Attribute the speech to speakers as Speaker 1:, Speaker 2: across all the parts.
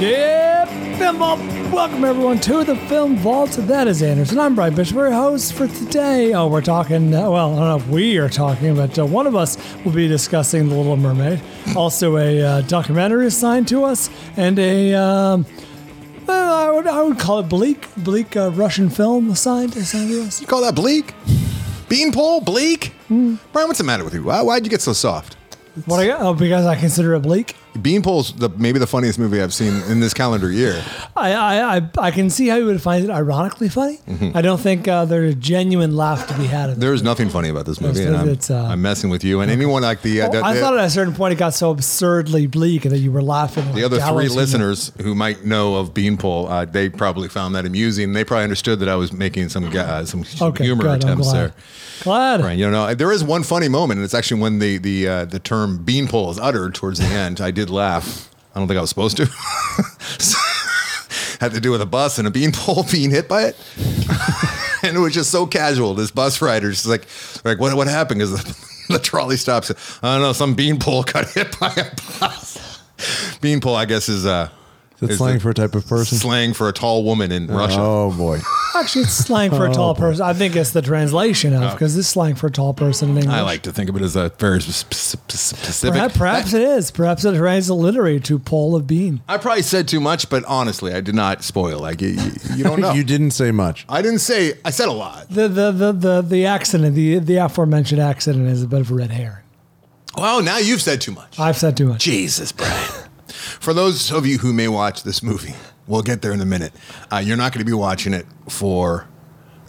Speaker 1: Yeah, Film Vault. Welcome everyone to the Film Vault. That is Anderson. I'm Brian Bishop. We're your hosts for today. Oh, we're talking. uh, Well, I don't know if we are talking, but uh, one of us will be discussing The Little Mermaid. Also, a uh, documentary assigned to us, and a. Um, well, I would, I would call it bleak, bleak uh, Russian film assigned, assigned to us.
Speaker 2: You call that bleak? Beanpole? Bleak? Brian, what's the matter with you? Why, why'd you get so soft?
Speaker 1: What I got? Oh, because I consider it bleak.
Speaker 2: Beanpole's the, maybe the funniest movie I've seen in this calendar year.
Speaker 1: I, I, I, I can see how you would find it ironically funny. I don't think uh, there's a genuine laugh to be had. In
Speaker 2: There's nothing funny about this movie, and I'm,
Speaker 1: It's, uh,
Speaker 2: I'm messing with you. And anyone like the uh,
Speaker 1: Well,
Speaker 2: the,
Speaker 1: Oh, I
Speaker 2: the-
Speaker 1: thought at a certain point it got so absurdly bleak that you were laughing.
Speaker 2: the other three listeners who might know of Beanpole, uh, they probably found that amusing. They probably understood that I was making some uh, some
Speaker 1: Okay,
Speaker 2: humor
Speaker 1: good, I'm
Speaker 2: attempts
Speaker 1: glad.
Speaker 2: there.
Speaker 1: Glad.
Speaker 2: Right, you know, there is one funny moment, and it's actually when the the uh, the term beanpole is uttered towards the end. I did laugh. I don't think I was supposed to. Had to do with a bus and a beanpole being hit by it, and it was just so casual. This bus rider's just like, like what what happened? Because the, the trolley stops. I don't know. Some beanpole got hit by a bus. beanpole, I guess, is uh,
Speaker 3: That's
Speaker 2: is
Speaker 3: slang
Speaker 2: the
Speaker 3: for a type of person.
Speaker 2: slang for a tall woman in Russia.
Speaker 3: Oh boy.
Speaker 1: Actually, it's slang for a tall person. I think it's the translation of because it's slang for a tall person in English.
Speaker 2: Oh. I like to think of it as a very sp- sp- specific.
Speaker 1: Perhaps, perhaps it is. Perhaps it transliterated to pole of bean.
Speaker 2: I probably said too much, but honestly, I did not spoil. Like you, you- you don't know.
Speaker 3: you didn't say much.
Speaker 2: I didn't say. I said a lot.
Speaker 1: The the the the, the accident, the the aforementioned accident, is a bit of a red herring.
Speaker 2: Well, now you've said too much.
Speaker 1: I've said too much.
Speaker 2: Jesus, Brian. For those of you who may watch this movie, we'll get there in a minute. Uh, you're not going to be watching it for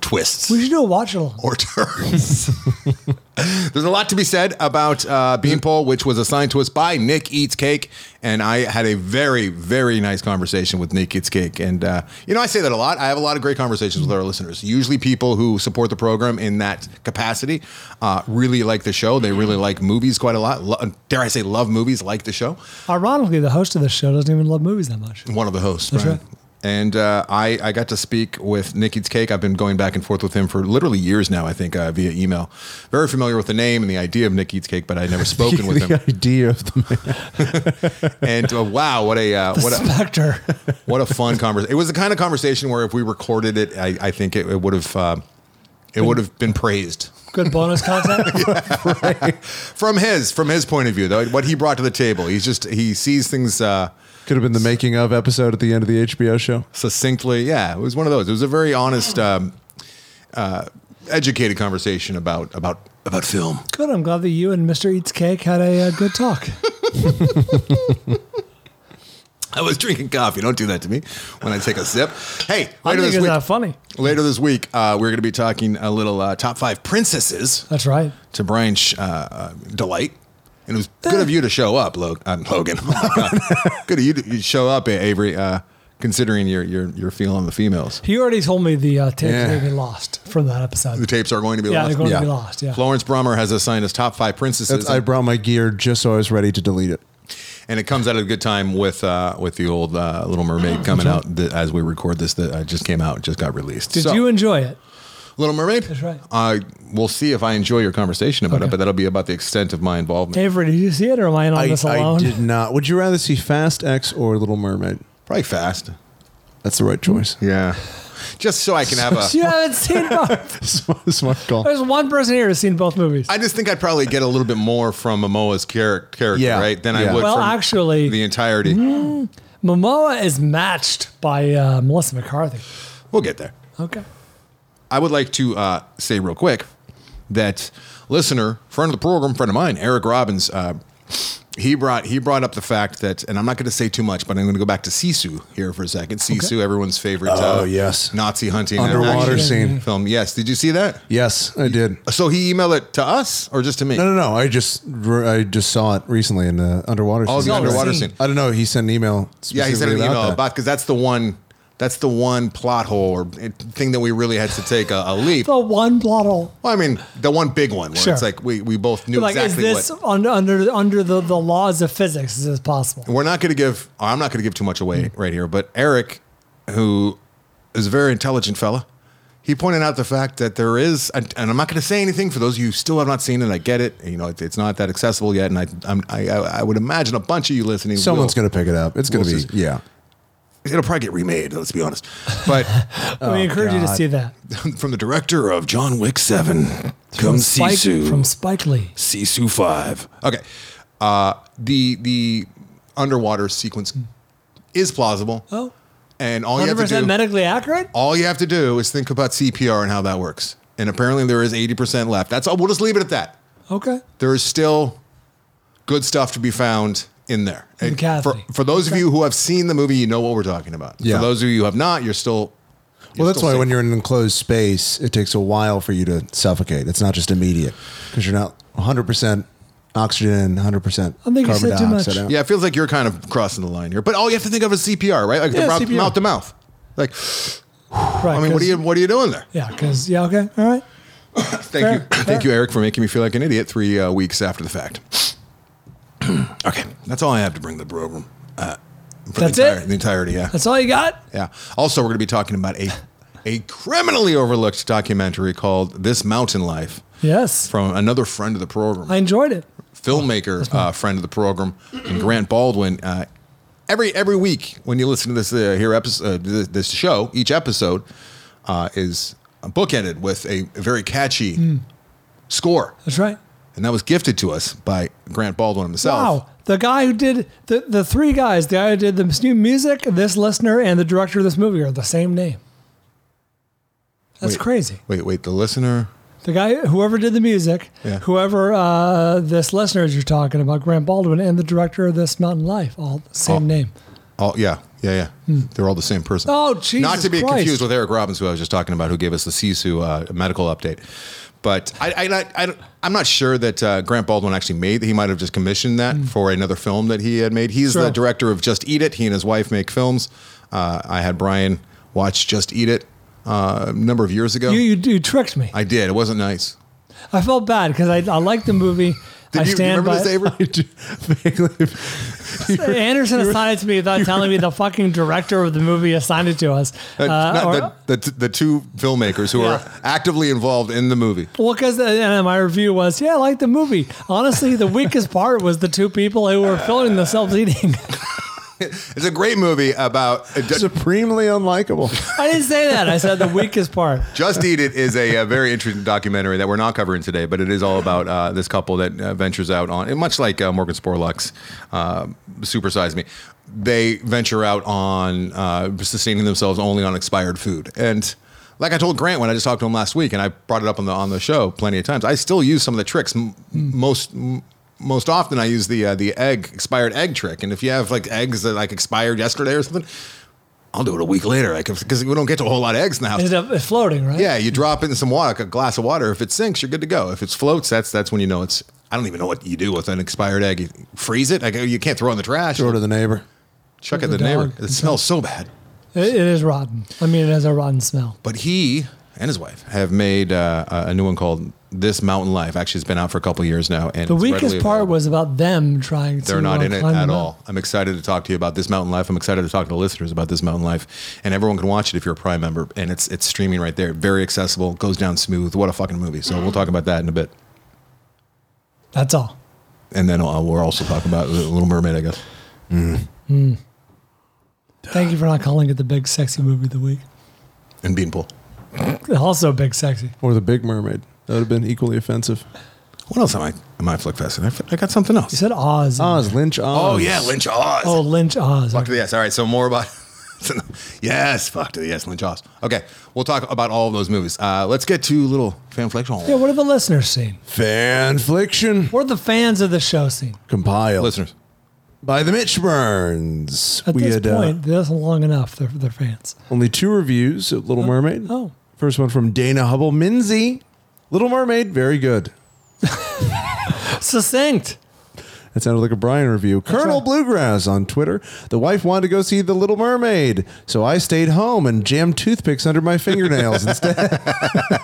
Speaker 2: twists
Speaker 1: We should do a watch along.
Speaker 2: or turns. There's a lot to be said about uh, Beanpole, which was assigned to us by Nick Eats Cake, and I had a very, very nice conversation with Nick Eats Cake. And uh, you know, I say that a lot. I have a lot of great conversations with our listeners. Usually, people who support the program in that capacity uh, really like the show. They really like movies quite a lot. Lo- dare I say, love movies, like the show
Speaker 1: Ironically, the host of this show doesn't even love movies that much.
Speaker 2: one of the hosts, Brian.
Speaker 1: right.
Speaker 2: And uh, I, I got to speak with Nikki's Cake. I've been going back and forth with him for literally years now, I think, uh, via email. Very familiar with the name and the idea of Nikki's Cake, but I'd never spoken with
Speaker 3: the
Speaker 2: him.
Speaker 3: idea of the man.
Speaker 2: And uh, wow, what a, uh, what a
Speaker 1: Spectre.
Speaker 2: what a fun conversation. It was the kind of conversation where if we recorded it, I, I think it, it would have uh, it would have been praised.
Speaker 1: Good bonus content.
Speaker 2: From his from his point of view, though, what he brought to the table, he's just he sees things uh,
Speaker 3: Could have been the making of episode at the end of the HBO show.
Speaker 2: succinctly. Yeah, it was one of those. It was a very honest,
Speaker 1: Hmm.
Speaker 2: um, uh, educated conversation about about about film.
Speaker 1: Good. I'm glad that you and Mr. Eats Cake had a uh, good talk.
Speaker 2: I was drinking coffee. Don't do that to me when I take a sip. Hey,
Speaker 1: I think
Speaker 2: later this
Speaker 1: it's
Speaker 2: week.
Speaker 1: not funny.
Speaker 2: Later this week, uh, we're going to be talking a little uh, top five princesses
Speaker 1: That's right.
Speaker 2: to Brian's uh, uh, delight. And it was good of you to show up, Log- uh, Logan. Oh my God. good of you to you show up, Avery. Uh, considering your your your feeling the females,
Speaker 1: He already told me the uh, tape
Speaker 3: Yeah.
Speaker 1: that we lost from that episode.
Speaker 2: the tapes are going to be
Speaker 1: yeah,
Speaker 2: lost.
Speaker 1: they're going to be lost. Yeah.
Speaker 2: Florence Brummer has assigned us top five princesses.
Speaker 3: That's, I brought my gear just so I was ready to delete it.
Speaker 2: and it comes out at a good time with uh, with the old uh, Little Mermaid coming out th- as we record this. That uh, just came out, just got released.
Speaker 1: Did
Speaker 2: So,
Speaker 1: you enjoy it?
Speaker 2: Little Mermaid?
Speaker 1: That's right.
Speaker 2: Uh, we'll see if I enjoy your conversation about
Speaker 1: Okay.
Speaker 2: it, but that'll be about the extent of my involvement.
Speaker 1: Avery, did you see it or am I in on
Speaker 3: I,
Speaker 1: this
Speaker 3: I
Speaker 1: alone?
Speaker 3: did not. Would you rather see Fast X or Little Mermaid?
Speaker 2: Probably fast.
Speaker 3: That's the right choice.
Speaker 2: Yeah. just so I can have a.
Speaker 1: You haven't seen both.
Speaker 3: Smart, smart call.
Speaker 1: There's one person here who's seen both movies.
Speaker 2: I just think I'd probably get a little bit more from Momoa's char- character,
Speaker 3: Yeah.
Speaker 2: right? Than I
Speaker 3: Yeah.
Speaker 2: would
Speaker 1: Well,
Speaker 2: from
Speaker 1: actually- mm.
Speaker 2: the entirety.
Speaker 1: Momoa is matched by uh, Melissa McCarthy.
Speaker 2: We'll get there.
Speaker 1: Okay.
Speaker 2: I would like to uh, say real quick that listener, friend of the program, friend of mine, Eric Robbins, uh, he brought he brought up the fact that, and I'm not going to say too much, but I'm going to go back to Sisu here for a second. Sisu, everyone's favorite. uh,
Speaker 3: Oh, yes.
Speaker 2: Nazi hunting and
Speaker 3: Underwater
Speaker 2: action
Speaker 3: scene.
Speaker 2: film. Yes, did you see that?
Speaker 3: Yes, I did.
Speaker 2: So he emailed it to us or just to me?
Speaker 3: No, no, no. I just I just saw it recently in the underwater.
Speaker 2: Oh, the
Speaker 3: scene.
Speaker 2: underwater scene.
Speaker 3: I don't know. He sent an email.
Speaker 2: Yeah, he sent an
Speaker 3: specifically
Speaker 2: email
Speaker 3: that.
Speaker 2: about because that's the one. That's the one plot hole or eh, thing that we really had to take a, a leap.
Speaker 1: The one plot hole.
Speaker 2: Well, I mean, the one big one where
Speaker 1: Sure.
Speaker 2: it's like we, we both knew
Speaker 1: like,
Speaker 2: exactly
Speaker 1: is this
Speaker 2: what.
Speaker 1: un- under under the, the laws of physics? Is this possible?
Speaker 2: We're not going to give. I'm not going to give too much away
Speaker 1: Mm.
Speaker 2: right here. But Eric, who is a very intelligent fella, he pointed out the fact that there is, and I'm not going to say anything for those of you who still have not seen it. I get it. You know, it, it's not that accessible yet, and I I'm, I I I would imagine a bunch of you listening.
Speaker 3: Someone's
Speaker 2: will-
Speaker 3: going to pick it up. It's going to
Speaker 2: We'll
Speaker 3: be
Speaker 2: see.
Speaker 3: yeah.
Speaker 2: It'll probably get remade. Let's be honest. But Oh,
Speaker 1: we encourage you to
Speaker 3: God.
Speaker 1: see that.
Speaker 2: from the director of John Wick Seven, come
Speaker 1: Spike,
Speaker 2: Sisu.
Speaker 1: from Spike Lee.
Speaker 2: Sisu Five. Okay, uh, the the underwater sequence
Speaker 1: Mm.
Speaker 2: is plausible.
Speaker 1: Oh.
Speaker 2: and all you have to
Speaker 1: 100%
Speaker 2: do,
Speaker 1: medically accurate?
Speaker 2: all you have to do is think about CPR and how that works. And apparently, there is eighty percent left. That's all. We'll just leave it at that.
Speaker 1: Okay.
Speaker 2: There is still good stuff to be found in there.
Speaker 1: In
Speaker 2: And
Speaker 1: Kathy.
Speaker 2: for for those of you who have seen the movie, you know what we're talking about.
Speaker 3: Yeah.
Speaker 2: For those of you who have not, you're still.
Speaker 3: Well, that's
Speaker 2: still
Speaker 3: why
Speaker 2: safe.
Speaker 3: when you're in an enclosed space, it takes a while for you to suffocate. It's not just immediate because you're not 100 percent oxygen, 100 percent
Speaker 1: I think
Speaker 3: carbon
Speaker 1: you said too much.
Speaker 3: dioxide. out.
Speaker 2: Yeah, it feels like you're kind of crossing the line here. But all you have to think of is CPR, right? Like the
Speaker 3: Yeah,
Speaker 2: mouth,
Speaker 3: CPR.
Speaker 2: mouth to mouth. Like,
Speaker 1: Right.
Speaker 2: I mean, what are you what are you doing there?
Speaker 1: Yeah, because, yeah, okay. All right.
Speaker 2: Thank you,
Speaker 1: Fair,
Speaker 2: thank
Speaker 1: fair.
Speaker 2: you, Eric, for making me feel like an idiot three uh, weeks after the fact. okay, that's all I have to bring to the program. Uh, for
Speaker 1: That's
Speaker 2: the entire-
Speaker 1: it?
Speaker 2: The entirety, yeah,
Speaker 1: That's all you got?
Speaker 2: yeah. Also, we're going to be talking about a a criminally overlooked documentary called "This Mountain Life"
Speaker 1: Yes.
Speaker 2: from another friend of the program.
Speaker 1: I enjoyed it.
Speaker 2: filmmaker uh, friend of the program, and Grant Baldwin. Uh, every every week when you listen to this uh, here episode, uh, this show, each episode uh, is bookended with a very catchy
Speaker 1: Hmm.
Speaker 2: score,
Speaker 1: That's right.
Speaker 2: and that was gifted to us by Grant Baldwin himself.
Speaker 1: Wow. The guy who did the, the three guys, the guy who did the new music, this listener, and the director of this movie are the same name. That's
Speaker 2: Wait.
Speaker 1: crazy.
Speaker 2: Wait, wait, the listener.
Speaker 1: The guy, whoever did the music,
Speaker 2: Yeah.
Speaker 1: whoever uh, this listener is you're talking about, Grant Baldwin, and the director of this Mountain Life, all the same
Speaker 2: Oh.
Speaker 1: name.
Speaker 2: Oh yeah, yeah, yeah. They're all the same person.
Speaker 1: Hmm. Oh, Jesus
Speaker 2: Not to be
Speaker 1: Christ.
Speaker 2: confused with Eric Robbins, who I was just talking about, who gave us the CSU uh, medical update. But I, I, I, I, I'm not sure that uh, Grant Baldwin actually made. He might have just commissioned that for another film that he had made. He's
Speaker 1: Hmm. Sure.
Speaker 2: the director of Just Eat It. He and his wife make films. Uh, I had Brian watch Just Eat It uh, a number of years ago.
Speaker 1: You, you, you tricked me. I,
Speaker 2: I did. It wasn't nice.
Speaker 1: felt bad because I, I liked the movie.
Speaker 2: Did
Speaker 1: I
Speaker 2: you, you
Speaker 1: stand
Speaker 2: remember
Speaker 1: by
Speaker 2: this, Avery?
Speaker 1: it. Anderson assigned it to me without telling me the fucking director of the movie assigned it to us.
Speaker 2: Uh,
Speaker 1: Uh,
Speaker 2: not
Speaker 1: or-
Speaker 2: the, the, the two filmmakers who
Speaker 1: Yeah.
Speaker 2: are actively involved in the movie.
Speaker 1: Well, because my review was, yeah, I like the movie. Honestly, the weakest part was the two people who were filming themselves eating.
Speaker 2: It's a great movie about
Speaker 3: Supremely unlikable.
Speaker 1: I didn't say that. I said the weakest part.
Speaker 2: Just Eat It is a, uh very interesting documentary that we're not covering today, but it is all about uh, this couple that uh, ventures out on, and much like uh, Morgan Spurlock's uh, Supersize Me, they venture out on uh, sustaining themselves only on expired food. And like I told Grant when I just talked to him last week, and I brought it up on the on the show plenty of times. I still use some of the tricks. M- Most m- most often, I use the uh, the egg expired egg trick. And if you have like eggs that like expired yesterday or something. I'll do it a week later, because we don't get to a whole lot of eggs in the house.
Speaker 1: Ended up floating, right?
Speaker 2: Yeah, you drop it in some water, like a glass of water. If it sinks, you're good to go. If it floats, that's that's when you know it's. I don't even know what you do with an expired egg. You freeze it. Like you can't throw it in the trash.
Speaker 3: Throw to the neighbor.
Speaker 2: Chuck it
Speaker 1: Throw
Speaker 2: the,
Speaker 1: the
Speaker 2: neighbor.
Speaker 1: dog.
Speaker 2: It smells so bad.
Speaker 1: It, it is rotten. I mean, it has a rotten smell.
Speaker 2: But he and his wife have made uh, a a new one called "This Mountain Life." Actually, it's been out for a couple of years now. And
Speaker 1: The
Speaker 2: it's readily
Speaker 1: weakest part
Speaker 2: available.
Speaker 1: was about them trying to.
Speaker 2: they're not
Speaker 1: uh,
Speaker 2: in it
Speaker 1: climb
Speaker 2: at
Speaker 1: the
Speaker 2: all. I'm excited to talk to you about this mountain life. I'm excited to talk to the listeners about this mountain life, and everyone can watch it if you're a Prime member. And it's it's streaming right there. Very accessible. Goes down smooth. What a fucking movie. So we'll talk about that in a bit.
Speaker 1: mountain. That's all.
Speaker 2: and then uh, we're also talking about the Little Mermaid, I guess.
Speaker 1: Thank you for not calling it the big sexy movie of the week.
Speaker 2: and Beanpole.
Speaker 1: Also, big sexy.
Speaker 3: Or the Big Mermaid. That would have been equally offensive.
Speaker 2: What else am I? Am I flick festing? I, f- I got something
Speaker 1: You
Speaker 2: else.
Speaker 1: said Oz.
Speaker 3: Oz, Lynch Oz.
Speaker 2: Oh yeah, Lynch Oz.
Speaker 1: Oh, Lynch Oz.
Speaker 2: Fuck to the yes. All right, so more about yes, fuck to the yes, Lynch Oz. Okay, we'll talk about all of those movies. Uh, let's get to little fanflexion.
Speaker 1: Yeah, what have the listeners seen?
Speaker 3: Fanfliction.
Speaker 1: What have the fans of the show seen?
Speaker 3: Compiled.
Speaker 2: Listeners,
Speaker 3: By the Mitch Burns.
Speaker 1: At
Speaker 3: we
Speaker 1: this
Speaker 3: had uh,
Speaker 1: point, that's long enough. They're, they're fans.
Speaker 3: only two reviews of Little Mermaid.
Speaker 1: oh.
Speaker 3: First one from Dana Hubble Minzy. Little Mermaid, very good.
Speaker 1: Succinct.
Speaker 3: That sounded like a Brian review. Colonel
Speaker 1: right.
Speaker 3: Bluegrass on Twitter. The wife wanted to go see The Little Mermaid, so I stayed home and jammed toothpicks under my fingernails instead.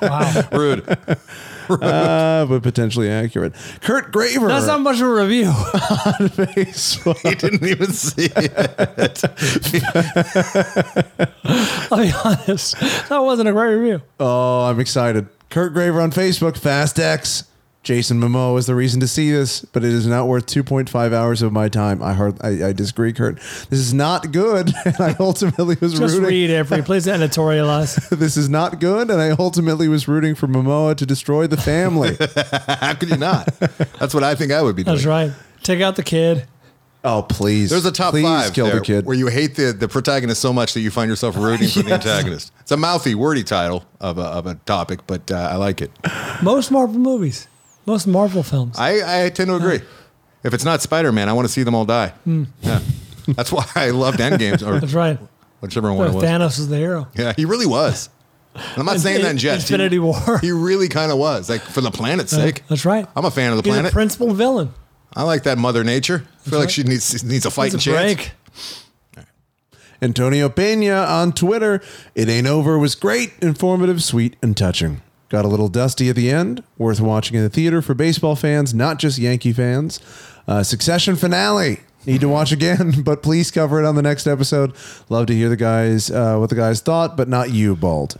Speaker 1: Wow.
Speaker 2: rude.
Speaker 3: Uh, but potentially accurate. Kurt Graver.
Speaker 1: That's not much of a review.
Speaker 3: Facebook.
Speaker 2: he didn't even see it.
Speaker 1: I'll be honest. That wasn't a great review.
Speaker 3: Oh, I'm excited. Kurt Graver on Facebook, Fast X. Jason Momoa is the reason to see this, but it is not worth 2.5 hours of my time. I hard, I, I disagree, Kurt. This is not good, and I ultimately was
Speaker 1: Just
Speaker 3: rooting.
Speaker 1: read every. Please editorialize.
Speaker 3: This is not good, and I ultimately was rooting for Momoa to destroy the family.
Speaker 2: How could you not? That's what I think I would be doing.
Speaker 1: That's right. Take out the kid.
Speaker 3: oh, please!
Speaker 2: There's a top
Speaker 3: please
Speaker 2: five
Speaker 3: Kill
Speaker 2: there
Speaker 3: the kid.
Speaker 2: where you hate the, the protagonist so much that you find yourself rooting for the antagonist. It's a mouthy, wordy title of a, of a topic, but uh, I like it.
Speaker 1: Most Marvel movies. Most Marvel films.
Speaker 2: I, I tend to agree. If it's not Spider Man, I want to see them all die. Yeah. That's why I loved Endgames or
Speaker 1: Hmm. That's right.
Speaker 2: whichever one it was.
Speaker 1: Thanos is the hero.
Speaker 2: Yeah, he really was. And I'm not saying that in jest. He-
Speaker 1: Infinity War.
Speaker 2: He really kind of was, like for the planet's sake.
Speaker 1: That's right.
Speaker 2: I'm a fan of the
Speaker 1: He's
Speaker 2: planet.
Speaker 1: the principal villain.
Speaker 2: I like that Mother Nature. I feel like
Speaker 1: right.
Speaker 2: she needs needs a
Speaker 1: It's
Speaker 2: fighting
Speaker 1: a
Speaker 2: chance.
Speaker 1: break.
Speaker 3: Antonio Pena on Twitter. It ain't over was great, informative, sweet, and touching. Got a little dusty at the end. Worth watching in the theater for baseball fans, not just Yankee fans. Uh, succession finale. Need to watch again, but please cover it on the next episode. Love to hear the guys uh, what the guys thought, but not you, Bald.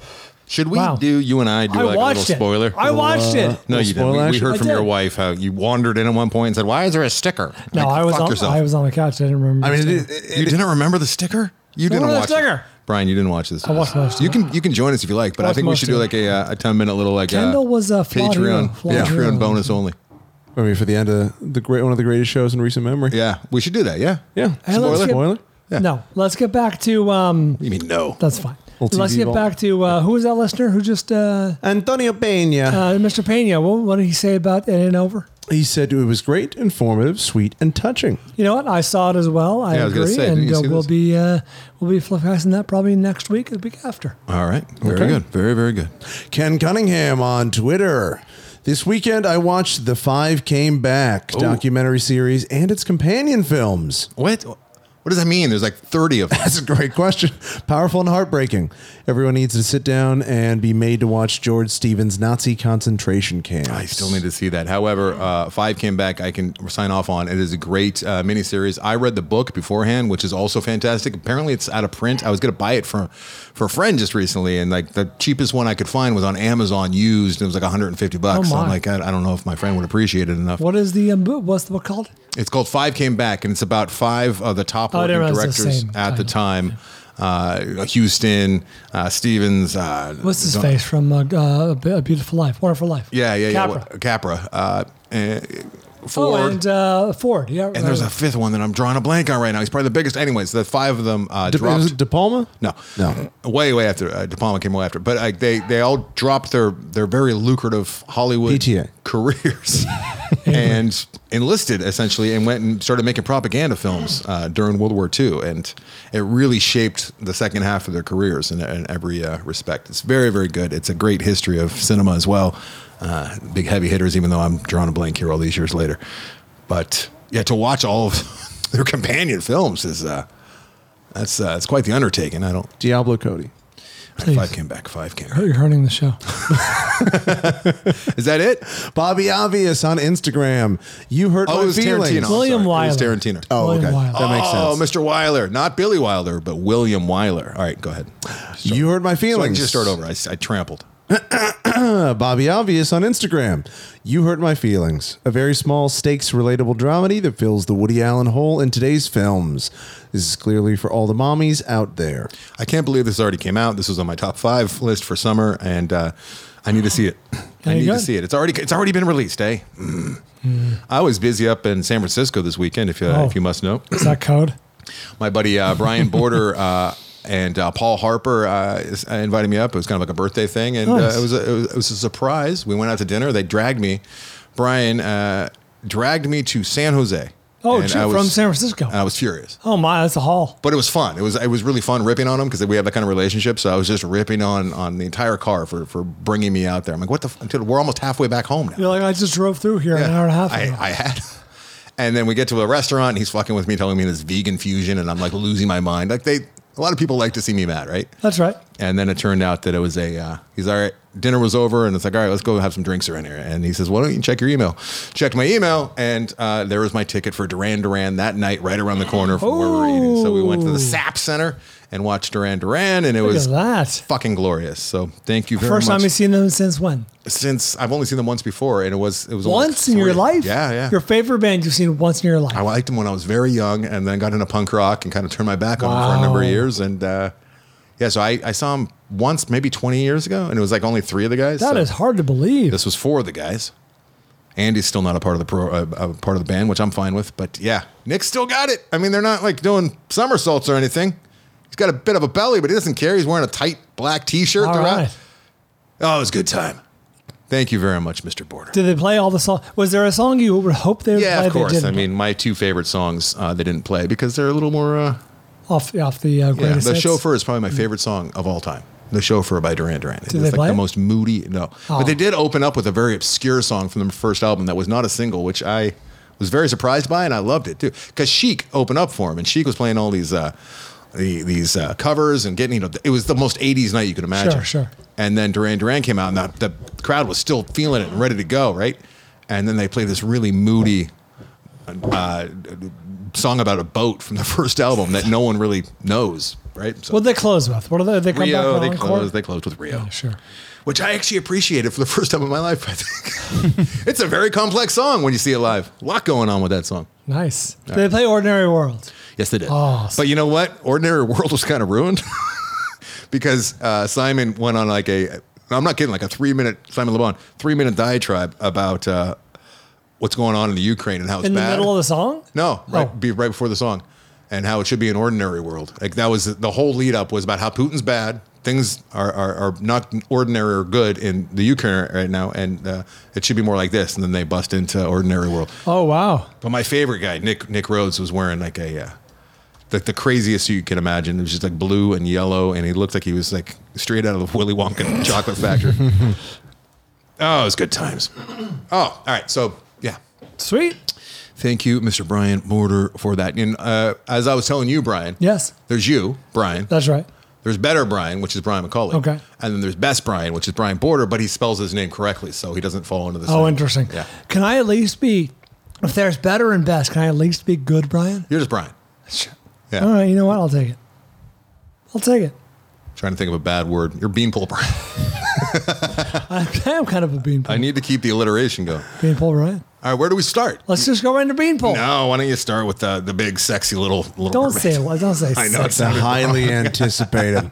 Speaker 2: Should we
Speaker 1: Wow.
Speaker 2: do you and I do
Speaker 1: I
Speaker 2: like a little
Speaker 1: watched it.
Speaker 2: spoiler?
Speaker 1: I watched it.
Speaker 2: No, you didn't.
Speaker 3: Little spoiler
Speaker 2: We, we
Speaker 3: action?
Speaker 2: heard
Speaker 1: I
Speaker 2: from your
Speaker 1: did.
Speaker 2: wife how you wandered in at one point and said, "Why is there a sticker?"
Speaker 1: No,
Speaker 2: Like,
Speaker 1: I was
Speaker 2: fuck
Speaker 1: on.
Speaker 2: yourself.
Speaker 1: I was on the couch. I didn't remember.
Speaker 3: I mean,
Speaker 1: seeing
Speaker 3: it,
Speaker 1: it.
Speaker 3: it,
Speaker 2: you didn't remember the sticker? You didn't
Speaker 1: remember the
Speaker 2: watch
Speaker 1: sticker.
Speaker 2: It. Brian, you didn't watch this.
Speaker 1: I watched most of
Speaker 2: You
Speaker 1: it.
Speaker 2: can you can join us if you like, but I
Speaker 1: Watched
Speaker 2: think we
Speaker 1: most
Speaker 2: should
Speaker 1: of
Speaker 2: do
Speaker 1: it.
Speaker 2: like a, uh, a ten minute little like uh,
Speaker 1: Kendall was a flawed hero,
Speaker 2: Patreon
Speaker 1: flawed
Speaker 2: Patreon
Speaker 1: hero.
Speaker 2: bonus only.
Speaker 3: I mean, for the end of the great one of the greatest shows in recent memory.
Speaker 2: Yeah, we should do that. Yeah,
Speaker 3: yeah.
Speaker 1: Hey, let's
Speaker 3: Spoiler,
Speaker 1: get-
Speaker 3: spoiler.
Speaker 1: No, let's get back to. um
Speaker 2: You mean no?
Speaker 1: That's fine.
Speaker 3: Little
Speaker 1: Let's
Speaker 3: TV
Speaker 1: get
Speaker 3: vault.
Speaker 1: back to uh, who was that listener who just uh,
Speaker 3: Antonio Pena.
Speaker 1: uh, Mr. Pena? What, what did he say about it and over?
Speaker 3: he said it was great, informative, sweet, and touching.
Speaker 1: You know what? I saw it as well. I
Speaker 2: Yeah, I was
Speaker 1: agree,
Speaker 2: gonna say, didn't
Speaker 1: and
Speaker 2: you
Speaker 1: uh,
Speaker 2: see
Speaker 1: we'll
Speaker 2: this?
Speaker 1: be uh, we'll be flipcasting that probably next week, the week after.
Speaker 2: All right, very
Speaker 3: Okay.
Speaker 2: good, very very good.
Speaker 3: Ken Cunningham on Twitter. This weekend, I watched The Five Came Back documentary series and its companion films.
Speaker 2: What? What does that mean? There's like 30 of them.
Speaker 3: That's a great question. Powerful and heartbreaking. Everyone needs to sit down and be made to watch George Stevens' Nazi concentration camp.
Speaker 2: I still need to see that. However, uh, Five came back. I can sign off on. It is a great uh, miniseries. I read the book beforehand, which is also fantastic. Apparently, it's out of print. I was going to buy it for for a friend just recently, and like the cheapest one I could find was on Amazon used. And it was like 150 bucks.
Speaker 1: Oh,
Speaker 2: So I'm
Speaker 1: my.
Speaker 2: like, I, I don't know if my friend would appreciate it enough.
Speaker 1: What is the um, bo- what's the book called?
Speaker 2: It's called Five Came Back, and it's about five of the top
Speaker 1: Oh, I
Speaker 2: working
Speaker 1: didn't realize it was the
Speaker 2: directors
Speaker 1: same
Speaker 2: at the time. Uh, Houston, uh, Stevens. Uh,
Speaker 1: What's his
Speaker 2: Don-
Speaker 1: face from uh, uh, A Beautiful Life, Wonderful Life?
Speaker 2: Yeah, yeah, yeah.
Speaker 1: Capra.
Speaker 2: what- Capra. Uh, and
Speaker 1: Oh,
Speaker 2: Ford.
Speaker 1: and uh, Ford. Yeah,
Speaker 2: And there's a fifth one that I'm drawing a blank on right now. He's probably the biggest. Anyways, the five of them uh,
Speaker 3: De, was
Speaker 2: dropped.
Speaker 3: it De Palma?
Speaker 2: no,
Speaker 3: No.
Speaker 2: way, way after uh, De Palma came way after. But like they, they all dropped their their very lucrative Hollywood
Speaker 3: PTA.
Speaker 2: careers and enlisted essentially, and went and started making propaganda films uh, during World War II, and it really shaped the second half of their careers in, in every uh, respect. It's very, very good. It's a great history of cinema as well. Uh, big heavy hitters, even though I'm drawing a blank here all these years later. But yeah, to watch all of their companion films is uh, that's uh, it's quite the undertaking. I don't.
Speaker 3: Diablo Cody.
Speaker 2: Five came back. Five came back.
Speaker 1: You're hurting the show.
Speaker 2: Is that it?
Speaker 3: Bobby Obvious on Instagram. You hurt
Speaker 2: Oh,
Speaker 3: my
Speaker 2: it was
Speaker 3: feelings.
Speaker 2: Tarantino. I'm
Speaker 1: William
Speaker 2: sorry. It was
Speaker 1: Wyler.
Speaker 2: Tarantino.
Speaker 3: Oh,
Speaker 1: William
Speaker 3: okay.
Speaker 1: Wyler.
Speaker 3: That makes
Speaker 2: Oh,
Speaker 3: sense.
Speaker 2: Mr. Wyler, not Billy Wyler, but William Wyler. All right, go ahead.
Speaker 3: You hurt my
Speaker 2: So I can
Speaker 3: feelings.
Speaker 2: just start over. I, s- I trampled.
Speaker 3: Bobby Obvious on Instagram. You Hurt My Feelings, a very small stakes relatable dramedy that fills the Woody Allen hole in today's films. This is clearly for all the mommies out there.
Speaker 2: I can't believe this already came out. This was on my top five list for summer, and uh, I need to see it. I
Speaker 1: There you
Speaker 2: need
Speaker 1: go. Hmm.
Speaker 2: to see it. It's already it's already been released, eh? Mm. I was busy up in San Francisco this weekend. If you,
Speaker 1: Oh.
Speaker 2: if you must know,
Speaker 1: Is that code?
Speaker 2: my buddy uh, Brian Border uh, and uh, Paul Harper uh, is- uh, invited me up. It was kind of like a birthday thing, and
Speaker 1: Nice.
Speaker 2: uh, it, was a, it was it was a surprise. We went out to dinner. They dragged me. Brian uh, dragged me to San Jose.
Speaker 1: Oh,
Speaker 2: And
Speaker 1: gee,
Speaker 2: I
Speaker 1: from San Francisco.
Speaker 2: I was furious
Speaker 1: Oh my, that's a haul.
Speaker 2: but it was fun. It was it was really fun ripping on him because we have that kind of relationship. So I was just ripping on on the entire car for for bringing me out there. I'm like, what the? F-? dude, We're almost halfway back home now.
Speaker 1: You're like, I just drove through here an hour and a half. ago.
Speaker 2: I, I had. And then we get to a restaurant, and he's fucking with me, telling me this vegan fusion, and I'm like losing my mind. Like they, a lot of people like to see me mad, right?
Speaker 1: that's right.
Speaker 2: And then it turned out that it was a, uh, he's all right, dinner was over. And it's like, all right, let's go have some drinks around here. And he says, why don't you check your email? Checked my email. And uh, there was my ticket for Duran Duran that night, right around the corner from where we were eating. So we went to the
Speaker 1: Oh.
Speaker 2: SAP Center and watched Duran Duran. And it
Speaker 1: Look
Speaker 2: was
Speaker 1: at that.
Speaker 2: fucking glorious. So thank you very
Speaker 1: First
Speaker 2: much.
Speaker 1: time you've seen them since when?
Speaker 2: Since I've only seen them once before. And it was, it was only like
Speaker 1: Once in your
Speaker 2: three.
Speaker 1: life?
Speaker 2: Yeah, yeah.
Speaker 1: Your favorite band you've seen once in your life.
Speaker 2: I liked him when I was very young and then got into punk rock and kind of turned my back on him for a number of
Speaker 1: Wow.
Speaker 2: years. And uh, yeah, so I, I saw him once, maybe 20 years ago, and it was like only three of the guys.
Speaker 1: That
Speaker 2: so
Speaker 1: is hard to believe.
Speaker 2: This was four of the guys. Andy's still not a part of the pro, uh, a part of the band, which I'm fine with. But yeah, Nick still got it. I mean, they're not like doing somersaults or anything. He's got a bit of a belly, but he doesn't care. He's wearing a tight black T-shirt.
Speaker 1: All
Speaker 2: throughout.
Speaker 1: right.
Speaker 2: Oh, it was a good time. Thank you very much, Mr. Border.
Speaker 1: Did they play all the songs? Was there a song you would hope they would
Speaker 2: yeah,
Speaker 1: play?
Speaker 2: of
Speaker 1: they
Speaker 2: course. I
Speaker 1: didn't?
Speaker 2: mean, my two favorite songs uh, they didn't play because they're a little more. Uh,
Speaker 1: off off the uh,
Speaker 2: Yeah,
Speaker 1: greatest
Speaker 2: the
Speaker 1: hits?
Speaker 2: chauffeur is probably my favorite song of all time. The chauffeur by Duran Duran. It's
Speaker 1: Mm. they
Speaker 2: like
Speaker 1: play
Speaker 2: the
Speaker 1: it?
Speaker 2: most moody. No,
Speaker 1: Oh.
Speaker 2: but they did open up with a very obscure song from their first album that was not a single, which I was very surprised by, and I loved it too. Because Chic opened up for him, and Chic was playing all these uh, the, these uh, covers and getting you know it was the most '80s night you could imagine.
Speaker 1: Sure, sure.
Speaker 2: And then Duran Duran came out, and the, the crowd was still feeling it and ready to go, right? And then they played this really moody uh, song about a boat from the first album that no one really knows, right? So
Speaker 1: What did they close with? What are they? They come back
Speaker 2: Rio,
Speaker 1: with
Speaker 2: they
Speaker 1: encore?
Speaker 2: closed, they closed with Rio,
Speaker 1: Yeah, sure.
Speaker 2: which I actually appreciated for the first time in my life. I think it's a very complex song when you see it live. A lot going on with that song.
Speaker 1: Nice. Did They play Ordinary World.
Speaker 2: Yes, they did.
Speaker 1: Oh,
Speaker 2: but you know what? Ordinary World was kind of ruined because uh, Simon went on like a, I'm not kidding, like a three minute, Simon LeBon, three minute diatribe about uh, what's going on in the Ukraine and how it's
Speaker 1: In the
Speaker 2: bad.
Speaker 1: middle of the song?
Speaker 2: No, right,
Speaker 1: Oh.
Speaker 2: be right before the song, and how it should be an ordinary world. Like that was the whole lead up was about how Putin's bad. Things are, are, are not ordinary or good in the Ukraine right now, and uh, it should be more like this. And then they bust into ordinary world.
Speaker 1: Oh, wow.
Speaker 2: But my favorite guy, Nick Nick Rhodes, was wearing like a uh, like the craziest suit you can imagine. It was just like blue and yellow, and he looked like he was like straight out of the Willy Wonka chocolate factory. oh, it was good times. Oh, all right. So yeah,
Speaker 1: Sweet.
Speaker 2: Thank you, Mr. Brian Mortar, for that. And uh, as I was telling you, Brian,
Speaker 1: Yes,
Speaker 2: there's you, Brian.
Speaker 1: that's right.
Speaker 2: There's better Brian, which is Brian McCauley.
Speaker 1: Uh, Okay.
Speaker 2: And then there's best Brian, which is Brian Border, but he spells his name correctly, so he doesn't fall into this.
Speaker 1: Oh, interesting.
Speaker 2: Yeah.
Speaker 1: Can I at least be, if there's better and best, can I at least be good, Brian?
Speaker 2: You're just Brian. Yeah.
Speaker 1: All right, you know what? I'll take it. I'll take it.
Speaker 2: Trying to think of a bad word. You're beanpole Brian.
Speaker 1: I am kind of a beanpole.
Speaker 2: I need to keep the alliteration going.
Speaker 1: beanpole, Brian.
Speaker 2: All right, where do we start?
Speaker 1: Let's just go right into beanpole.
Speaker 2: No, why don't you start with the, the big, sexy little little.
Speaker 1: Oh. Don't
Speaker 2: mermaid.
Speaker 1: say it. Don't say.
Speaker 2: I know
Speaker 1: sex.
Speaker 2: it's
Speaker 3: It's a highly anticipated.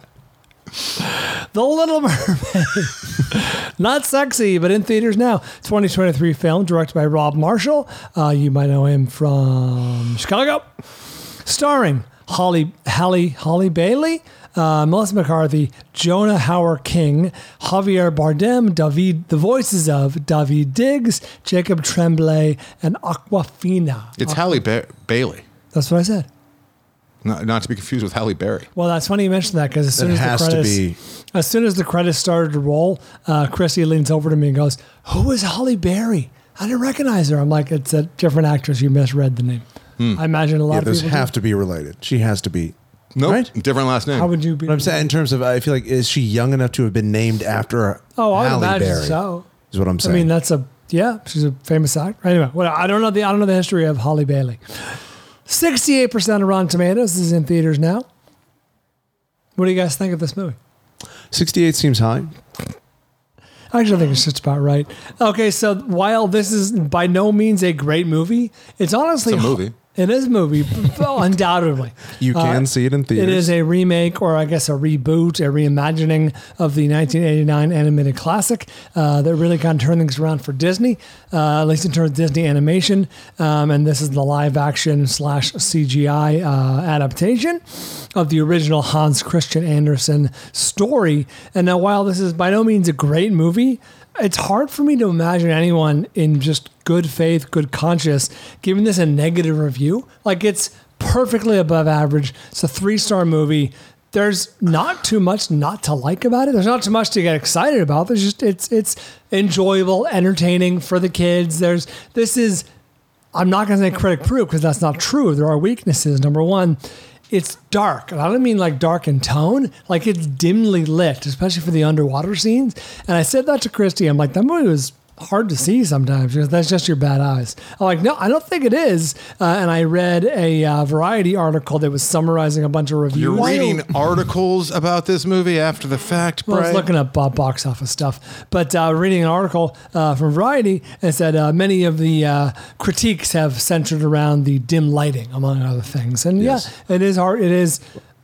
Speaker 1: The Little Mermaid. Not sexy, but in theaters now. 2023 film directed by Rob Marshall. Uh, you might know him from Chicago. Starring Holly, Halle, Holly Bailey, uh, Melissa McCarthy, Jonah Howard King, Javier Bardem, David, the voices of David Diggs, Jacob Tremblay, and Aquafina.
Speaker 2: It's Halle ba- Bailey,
Speaker 1: That's what I said.
Speaker 2: not, not to be confused with Halle Berry.
Speaker 1: Well, that's funny you mentioned that because as soon
Speaker 3: That
Speaker 1: as
Speaker 3: has
Speaker 1: the
Speaker 3: to
Speaker 1: credits,
Speaker 3: be-
Speaker 1: as soon as the credits started to roll, uh, Chrissy leans over to me and goes, "Who is Holly Berry? I didn't recognize her." I'm like, "It's a different actress. You misread the name." I imagine a lot
Speaker 3: Hmm. Yeah,
Speaker 1: of
Speaker 3: those
Speaker 1: people.
Speaker 3: have to be related. She has to be.
Speaker 2: Nope,
Speaker 3: Right?
Speaker 2: different last name.
Speaker 1: do. How would you be?
Speaker 3: But I'm saying in terms of, I feel like is she young enough to have been named after?
Speaker 1: oh, I would
Speaker 3: Halle
Speaker 1: imagine
Speaker 3: Berry,
Speaker 1: so.
Speaker 3: Is what I'm saying.
Speaker 1: I mean, that's a yeah. She's a famous actor. Anyway, well, I don't know the I don't know the history of Holly Bailey. Sixty-eight percent of Rotten Tomatoes is in theaters now. What do you guys think of this movie?
Speaker 3: 68 seems high.
Speaker 1: Actually, I think it's just about right. Okay, so while this is by no means a great movie, it's honestly
Speaker 2: It's a movie.
Speaker 1: It is a movie, undoubtedly.
Speaker 3: You can see it in
Speaker 1: Uh, It
Speaker 3: theaters.
Speaker 1: is a remake, or I guess a reboot, a reimagining of the 1989 animated classic uh, that really kind of turned things around for Disney, uh, at least in terms of Disney animation. Um, and this is the live action slash CGI uh, adaptation of the original Hans Christian Andersen story. And now, while this is by no means a great movie, it's hard for me to imagine anyone in just good faith, good conscience giving this a negative review. Like it's perfectly above average. It's a three star movie. There's not too much not to like about it. There's not too much to get excited about. There's just it's it's enjoyable, entertaining for the kids. There's this is I'm not going to say critic proof because that's not true. There are weaknesses. Number one, it's dark. And I don't mean like dark in tone, like it's dimly lit, especially for the underwater scenes. And I said that to Christy. I'm like, that movie was hard to see sometimes because that's just your bad eyes. I'm like, no, I don't think it is. Uh, and I read a uh, variety article that was summarizing a bunch of reviews.
Speaker 2: You're reading articles about this movie after the fact,
Speaker 1: Well, I
Speaker 2: Brian.
Speaker 1: was looking up uh, box office stuff, but uh, reading an article uh, from Variety and said uh, many of the uh, critiques have centered around the dim lighting, among other things. And
Speaker 3: Yes.
Speaker 1: yeah, it is hard. It is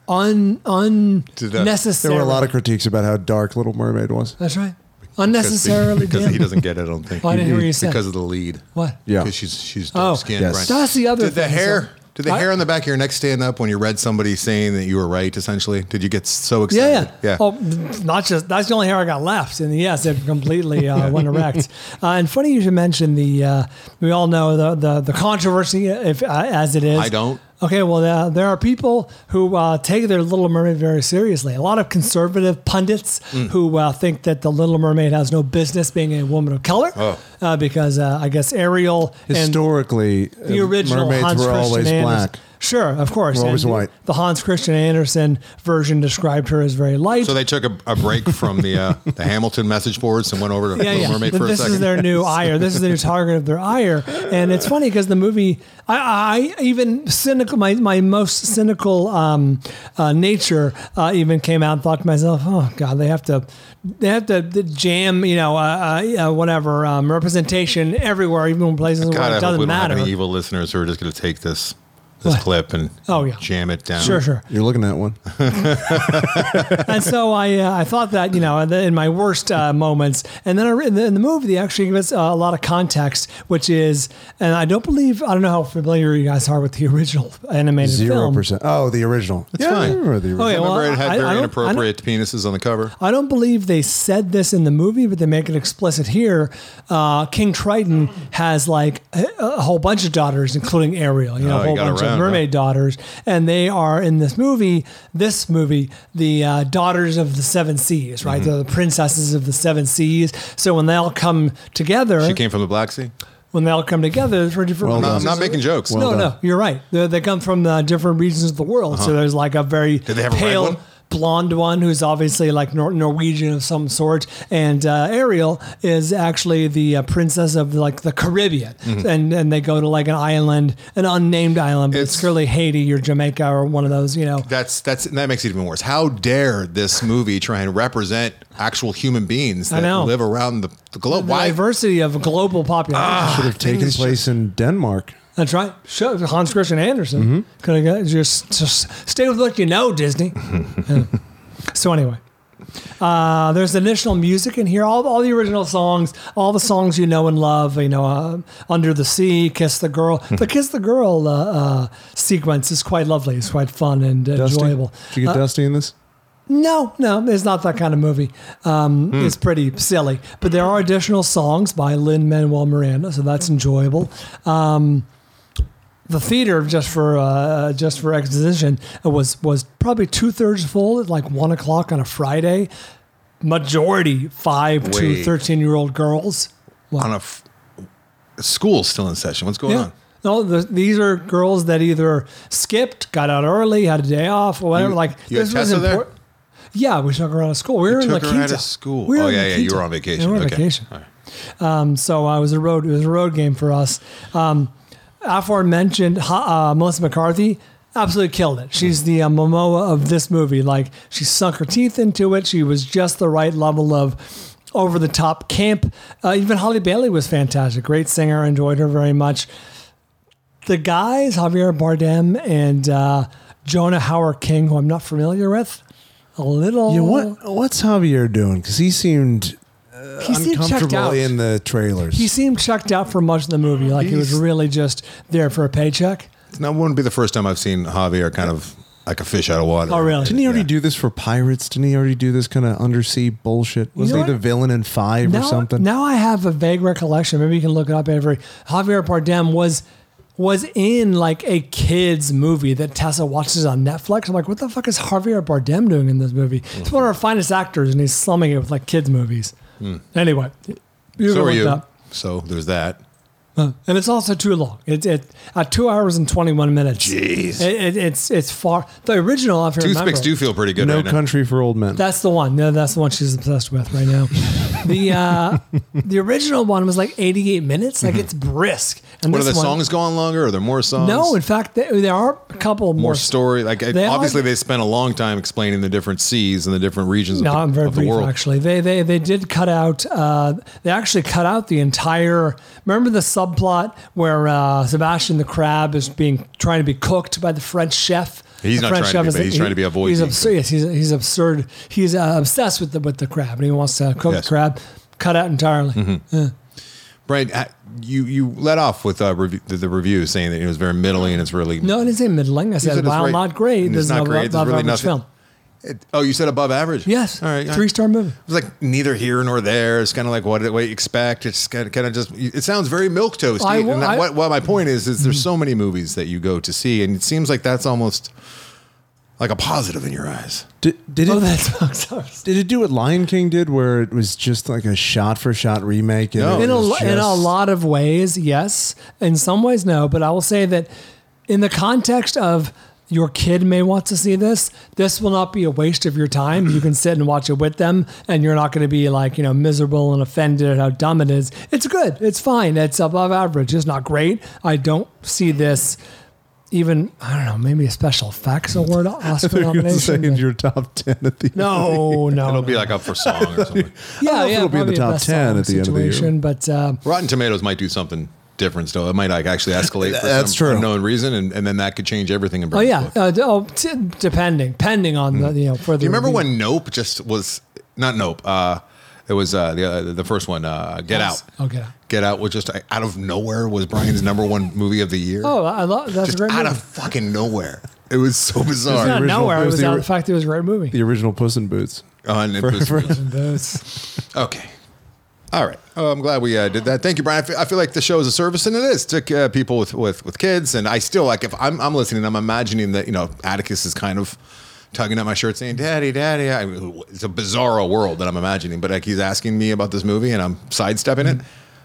Speaker 1: un
Speaker 2: Did that-
Speaker 1: unnecessary.
Speaker 3: There were a lot of critiques about how dark Little Mermaid was.
Speaker 1: That's right.
Speaker 2: Because-
Speaker 1: Unnecessarily
Speaker 2: because
Speaker 1: dim.
Speaker 2: he doesn't get it. I don't think.
Speaker 1: Well, I didn't hear what you said.
Speaker 2: Because of the lead.
Speaker 1: What?
Speaker 3: Yeah.
Speaker 2: Because she's she's
Speaker 1: Oh.
Speaker 2: dark skinned.
Speaker 3: Yes.
Speaker 2: Right.
Speaker 1: That's the other
Speaker 2: Did the
Speaker 1: thing,
Speaker 2: hair?
Speaker 1: so-
Speaker 2: Did the
Speaker 1: I-
Speaker 2: hair on the back of your neck stand up when you read somebody saying that you were right? Essentially, did you get so
Speaker 1: Yeah,
Speaker 2: excited?
Speaker 1: yeah, Oh, not just that's the only hair I got left, and yes, it completely uh, went erect. Uh, and funny you should mention the. Uh, we all know the the, the controversy, if uh, as it is.
Speaker 2: I don't.
Speaker 1: Okay, well, uh, there are people who uh, take their Little Mermaid very seriously. A lot of conservative pundits
Speaker 2: Mm.
Speaker 1: who uh, think that the Little Mermaid has no business being a woman of color
Speaker 2: Oh.
Speaker 1: uh, because uh, I guess Ariel and
Speaker 3: Historically,
Speaker 1: the
Speaker 3: uh,
Speaker 1: original
Speaker 3: mermaids
Speaker 1: Hans
Speaker 3: were
Speaker 1: Christian
Speaker 3: always
Speaker 1: Andersen.
Speaker 3: black.
Speaker 1: Sure, of course.
Speaker 3: Were always
Speaker 1: And
Speaker 3: white.
Speaker 1: The Hans Christian Andersen version described her as very light.
Speaker 2: So they took a, a break from the uh, the Hamilton message boards and went over to
Speaker 1: yeah,
Speaker 2: Little
Speaker 1: yeah.
Speaker 2: Mermaid for
Speaker 1: this
Speaker 2: a second.
Speaker 1: is their new ire. This is their new target of their ire, and it's funny because the movie, I, I even cynical, my, my most cynical um, uh, nature uh, even came out and thought to myself, oh god, they have to, they have to jam, you know, uh, uh, uh, whatever um, representation everywhere, even in places
Speaker 2: God,
Speaker 1: where
Speaker 2: I
Speaker 1: it
Speaker 2: hope we
Speaker 1: doesn't
Speaker 2: don't have
Speaker 1: matter.
Speaker 2: any evil listeners who are just going to take this this
Speaker 1: What?
Speaker 2: clip and
Speaker 1: Oh, yeah.
Speaker 2: jam it down.
Speaker 1: Sure, sure.
Speaker 3: You're looking at one.
Speaker 1: and so I, uh, I thought that you know in the- in my worst uh, moments, and then I, re- in, the, in the movie they actually give us uh, a lot of context, which is, and I don't believe I don't know how familiar you guys are with the original animated
Speaker 3: Zero
Speaker 1: film.
Speaker 3: percent. Oh, the original. That's Oh,
Speaker 2: fine.
Speaker 3: I remember the original.
Speaker 1: Okay,
Speaker 2: Remember,
Speaker 1: well,
Speaker 2: it had
Speaker 1: I- I
Speaker 2: very
Speaker 1: don't- I don't-
Speaker 2: inappropriate penises on the cover.
Speaker 1: I don't believe they said this in the movie, but they make it explicit here. Uh, King Triton has like a, a whole bunch of daughters, including Ariel, you know,
Speaker 2: Oh,
Speaker 1: a
Speaker 2: he
Speaker 1: whole
Speaker 2: got
Speaker 1: bunch
Speaker 2: around,
Speaker 1: of mermaid daughters. And they are in this movie, this movie, the uh, daughters of the seven seas,
Speaker 2: Mm-hmm.
Speaker 1: right? They're the princesses of the seven seas. So when they all come together,
Speaker 2: She came from the Black Sea.
Speaker 1: when they all come together, it's for different
Speaker 2: No, I'm
Speaker 1: reasons.
Speaker 2: not making jokes.
Speaker 1: no, no, you're right. They, they come from uh, different regions of the world. So there's like a very
Speaker 2: Uh-huh. they have a red
Speaker 1: pale
Speaker 2: one?
Speaker 1: blonde one who's obviously like Nor- Norwegian of some sort, and uh, Ariel is actually the uh, princess of like the Caribbean,
Speaker 2: Mm-hmm.
Speaker 1: and and they go to like an island, an unnamed island, but it's,
Speaker 2: It's-
Speaker 1: clearly Haiti or Jamaica or one of those, you know.
Speaker 2: That's that's that makes it even worse. How dare this movie try and represent actual human beings
Speaker 1: I
Speaker 2: that
Speaker 1: know.
Speaker 2: live around the, the globe?
Speaker 1: The
Speaker 2: Why? Ah.
Speaker 1: diversity of global population.
Speaker 3: Should have taken place in Denmark.
Speaker 1: That's right. Sure, Hans Christian Andersen
Speaker 3: Mm-hmm.
Speaker 1: could have got, just just stay with what you know, Disney. Yeah. So anyway, uh, there's additional music in here. All, all the original songs, all the songs you know and love. You know, uh, Under the Sea, Kiss the Girl.
Speaker 3: Hmm.
Speaker 1: The Kiss the Girl uh, uh, sequence is quite lovely. It's quite fun and
Speaker 3: Dusty.
Speaker 1: enjoyable.
Speaker 3: Did you get dusty in this?
Speaker 1: No, no, it's not that kind of movie. Um, It's pretty silly, but there are additional songs by Lin Manuel Miranda, so that's enjoyable. Um, the theater, just for uh, just for exposition, was was probably two thirds full at like one o'clock on a Friday. Majority five to
Speaker 2: Wait.
Speaker 1: thirteen year old girls. What?
Speaker 2: on a f- school's still in session. What's going on?
Speaker 1: No, the, these are girls that either skipped, got out early, had a day off, or whatever.
Speaker 2: You-
Speaker 1: like
Speaker 2: you had Tessa there?
Speaker 1: import- Yeah, we took her out of school. We were in La
Speaker 2: Took her out
Speaker 1: Quinta.
Speaker 2: of school.
Speaker 1: We were
Speaker 2: oh
Speaker 1: in La
Speaker 2: yeah, yeah. You
Speaker 1: Quinta.
Speaker 2: were on vacation.
Speaker 1: Yeah, we were on
Speaker 2: okay.
Speaker 1: vacation.
Speaker 2: All right.
Speaker 1: Um, so uh, it was a road. It was a road game for us. Um, aforementioned ha- uh, Melissa McCarthy absolutely killed it. She's the uh, Momoa of this movie. Like she sunk her teeth into it. She was just the right level of over the top camp. Uh, even Holly Bailey was fantastic. Great singer. Enjoyed her very much. The guys, Javier Bardem and uh, Jonah Howard King, who I'm not familiar with, a little.
Speaker 3: Yeah, what what's Javier doing? Because he seemed
Speaker 1: He seemed checked
Speaker 3: uncomfortable
Speaker 1: out.
Speaker 3: in the trailers.
Speaker 1: he seemed checked out for much of the movie. Like he was
Speaker 2: He's-
Speaker 1: really just there for a paycheck.
Speaker 2: Now, wouldn't be the first time I've seen Javier kind of like a fish out of water.
Speaker 1: Oh, really?
Speaker 3: Didn't he already do this for Pirates? Didn't he already do this kind of undersea bullshit? Wasn't
Speaker 1: know
Speaker 3: he the
Speaker 1: what?
Speaker 3: villain in Five or
Speaker 1: now,
Speaker 3: something?
Speaker 1: Now I have a vague recollection. Maybe you can look it up. Avery Javier Bardem was was in like a kids movie that Tessa watches on Netflix. I'm like, what the fuck is Javier Bardem doing in this movie? He's one of our finest actors, and he's slumming it with like kids movies. Anyway, you
Speaker 2: Hmm. So
Speaker 1: can
Speaker 2: are
Speaker 1: look it
Speaker 2: you.
Speaker 1: up.
Speaker 2: So there's that.
Speaker 1: And it's also too long. It, it at two hours and twenty one minutes.
Speaker 2: Jeez.
Speaker 1: It, it, it's it's far. The original, if you remember,
Speaker 2: Toothpicks do feel pretty good
Speaker 3: No
Speaker 2: right now.
Speaker 3: Country for Old Men.
Speaker 1: That's the one. No, that's the one she's obsessed with right now. the uh, the original one was like 88 minutes. Like it's brisk. And
Speaker 2: Mm-hmm. What are
Speaker 1: this
Speaker 2: the
Speaker 1: one-
Speaker 2: songs gone longer? Are there more songs?
Speaker 1: No, in fact, there, there are a couple more,
Speaker 2: more story. Like it-
Speaker 1: They are-
Speaker 2: obviously, they spent a long time explaining the different seas and the different regions
Speaker 1: No,
Speaker 2: of, the,
Speaker 1: I'm very
Speaker 2: of the
Speaker 1: brief.
Speaker 2: world.
Speaker 1: Actually, they they they did cut out. Uh, they actually cut out the entire. Remember the subplot where uh, Sebastian the crab is being trying to be cooked by the French chef.
Speaker 2: He's
Speaker 1: The
Speaker 2: not
Speaker 1: French
Speaker 2: trying to
Speaker 1: chef
Speaker 2: be,
Speaker 1: is-
Speaker 2: but he's trying to be a void
Speaker 1: He's
Speaker 2: being
Speaker 1: absurd. Yes, he's he's absurd. He's uh, obsessed with the with the crab, and he wants to cook
Speaker 2: Yes. Mm-hmm.
Speaker 1: the crab. Cut out entirely.
Speaker 2: Right. uh, You you let off with uh, rev- the, the review saying that it was very middling and it's really
Speaker 1: No, I didn't say middling. I
Speaker 2: said
Speaker 1: said,
Speaker 2: it's
Speaker 1: while
Speaker 2: right-
Speaker 1: not great,
Speaker 2: it's
Speaker 1: there's
Speaker 2: not
Speaker 1: no
Speaker 2: great,
Speaker 1: great,
Speaker 2: there's
Speaker 1: above
Speaker 2: really
Speaker 1: average
Speaker 2: nothing.
Speaker 1: film.
Speaker 2: It- oh, you said above average.
Speaker 1: Yes,
Speaker 2: All right. all
Speaker 1: three
Speaker 2: right.
Speaker 1: star movie.
Speaker 2: It was like neither here nor there. It's kind of like what, what you expect. It's kind of, kind of just. It sounds very milk toast.
Speaker 1: I will-
Speaker 2: And that-
Speaker 1: I- Mm-hmm.
Speaker 2: what, what my point is is there's so many movies that you go to see, and it seems like that's almost like a positive in your eyes.
Speaker 3: Did, did
Speaker 1: Oh,
Speaker 3: it?
Speaker 1: that's sucks.
Speaker 3: Did it do what Lion King did, where it was just like a shot for shot remake? And
Speaker 2: No.
Speaker 3: it
Speaker 1: In a,
Speaker 3: was
Speaker 1: in a
Speaker 3: just-
Speaker 1: lot of ways, yes. In some ways, no. But I will say that in the context of your kid may want to see this, this will not be a waste of your time. You can sit and watch it with them, and you're not going to be like, you know, miserable and offended at how dumb it is. It's good. It's fine. It's above average. It's not great. I don't see this. Even I don't know, maybe a special effects award
Speaker 3: I
Speaker 1: Oscar
Speaker 3: thought you were going to say
Speaker 1: nomination.
Speaker 3: in
Speaker 1: but-
Speaker 3: your top ten at the
Speaker 1: No, no.
Speaker 2: It'll be like up for song or something.
Speaker 3: I don't know if it'll be in
Speaker 1: probably
Speaker 3: the top
Speaker 1: best
Speaker 3: 10 at
Speaker 1: song
Speaker 3: the end of the year.
Speaker 1: situation, But uh,
Speaker 2: Rotten Tomatoes might do something different still. It might like actually escalate for
Speaker 3: That's
Speaker 2: some
Speaker 3: true.
Speaker 2: unknown reason, and, and then that could change everything. In
Speaker 1: oh yeah, uh, d- oh, t- depending, depending on the you know for the.
Speaker 2: Hmm. Do you remember when Nope just was not Nope? Uh, it was uh, the uh, the first one. Uh, Get
Speaker 1: Yes.
Speaker 2: Out.
Speaker 1: Oh, Get Out.
Speaker 2: Get Out was just uh, out of nowhere was Brian's number one movie of the year.
Speaker 1: Oh, I love that's a
Speaker 2: just
Speaker 1: great
Speaker 2: out
Speaker 1: movie.
Speaker 2: of fucking nowhere. It was so
Speaker 1: it's
Speaker 2: bizarre.
Speaker 1: not
Speaker 3: original-
Speaker 1: nowhere.
Speaker 3: it
Speaker 1: It
Speaker 3: was
Speaker 1: was
Speaker 3: the
Speaker 1: out
Speaker 3: ori-
Speaker 1: of the fact that it was a great movie.
Speaker 3: the original Puss in Boots.
Speaker 2: Uh, and it was-
Speaker 1: That's-
Speaker 2: okay. All right. Oh, I'm glad we uh, did that. Thank you, Brian. I feel, I feel like the show is a service, and it is to uh, people with, with, with kids. And I still like if I'm, I'm listening, I'm imagining that you know Atticus is kind of tugging at my shirt, saying "Daddy, Daddy." I, it's a bizarre world that I'm imagining, but like he's asking me about this movie, and I'm sidestepping it.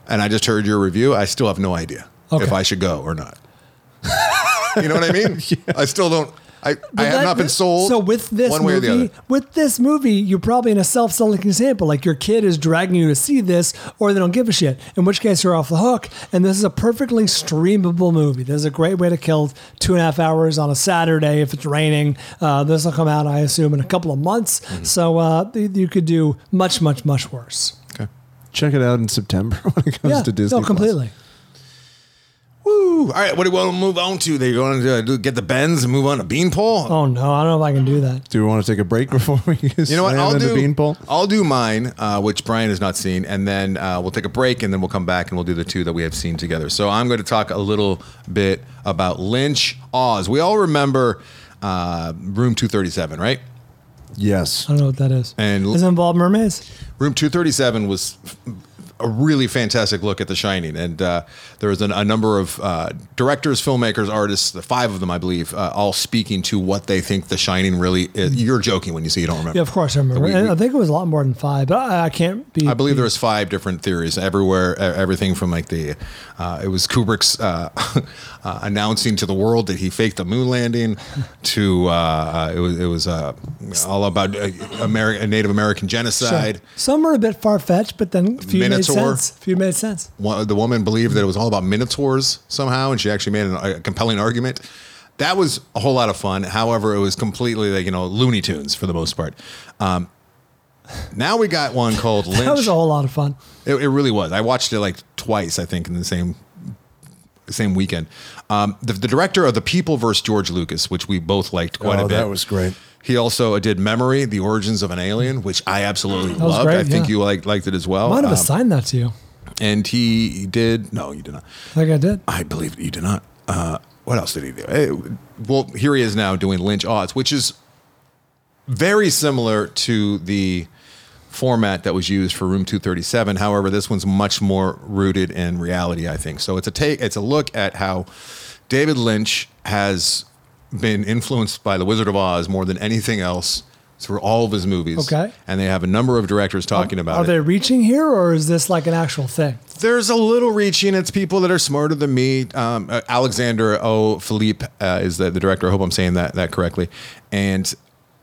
Speaker 2: And I just heard your review. I still have no idea
Speaker 1: Mm-hmm. Okay.
Speaker 2: if I should go or not. you know what I mean? I still don't. I, I have
Speaker 1: That-
Speaker 2: not been sold.
Speaker 1: So with this
Speaker 2: one way
Speaker 1: movie,
Speaker 2: or the other.
Speaker 1: with this movie, you're probably in a self-selling example. Like your kid is dragging you to see this, or they don't give a shit. In which case, you're off the hook. And this is a perfectly streamable movie. This is a great way to kill two and a half hours on a Saturday if it's raining. Uh, this will come out, I assume, in a couple of months.
Speaker 2: Mm-hmm.
Speaker 1: So uh, you you could do much, much, much worse.
Speaker 3: Check it out in September when it comes to Disney.
Speaker 1: no, completely.
Speaker 2: Woo! All right, what do we want to move on to? They're going to do- get the bends and move on to Beanpole.
Speaker 1: Oh no, I don't know if I can do that.
Speaker 3: Do we want to take a break before we
Speaker 2: you know what? I'll
Speaker 3: into
Speaker 2: do.
Speaker 3: Beanpole?
Speaker 2: I'll do mine, uh, which Brian has not seen, and then uh, we'll take a break, and then we'll come back and we'll do the two that we have seen together. So I'm going to talk a little bit about Lynch Oz. We all remember uh, Room 237, right?
Speaker 3: Yes.
Speaker 1: I don't know what that is.
Speaker 2: And-
Speaker 1: Does it involve mermaids?
Speaker 2: Room 237 was f- a really fantastic look at The Shining. And uh, there was an, a number of uh, directors, filmmakers, artists, the five of them, I believe, uh, all speaking to what they think The Shining really is. You're joking when you say you don't remember.
Speaker 1: Yeah, of course I remember.
Speaker 2: We- we-
Speaker 1: And I think it was a lot more than five, but I, I can't be.
Speaker 2: I believe there was five different theories everywhere. e- Everything from like the, uh, it was Kubrick's uh, uh, announcing to the world that he faked the moon landing, to uh, uh, it was it was uh, all about uh, Ameri- Native American genocide.
Speaker 1: Some are a bit far fetched, but then few
Speaker 2: Minotaur.
Speaker 1: made sense. Few made sense.
Speaker 2: one, the woman believed that it was all about minotaurs somehow, and she actually made an, a compelling argument. That was a whole lot of fun. However, it was completely like you know Looney Tunes for the most part. Um, Now we got one called Lynch.
Speaker 1: That was a whole lot of fun.
Speaker 2: It, it really was. I watched it like twice, I think, in the same same weekend. Um, the, the director of The People versus George Lucas, which we both liked quite
Speaker 3: Oh,
Speaker 2: a bit.
Speaker 3: that was great.
Speaker 2: He also did Memory, The Origins of an Alien, which I absolutely
Speaker 1: was
Speaker 2: loved.
Speaker 1: great,
Speaker 2: I think
Speaker 1: yeah.
Speaker 2: you liked, liked it as well.
Speaker 1: I might have
Speaker 2: Um,
Speaker 1: assigned that to you.
Speaker 2: and he did, no, you did not.
Speaker 1: I think I did.
Speaker 2: I believe you did not. Uh, what else did he do? Eh, well, here he is now doing Lynch Odds, which is very similar to the format that was used for Room 237. However, this one's much more rooted in reality, I think. So it's a take, it's a look at how David Lynch has been influenced by The Wizard of Oz more than anything else through all of his movies.
Speaker 1: Okay.
Speaker 2: and they have a number of directors talking about
Speaker 1: Are
Speaker 2: it
Speaker 1: they reaching here, or is this like an actual thing?
Speaker 2: there's a little reaching. It's people that are smarter than me. Um, uh, Alexander O. Philippe uh, is the, the director. I hope I'm saying that that correctly. And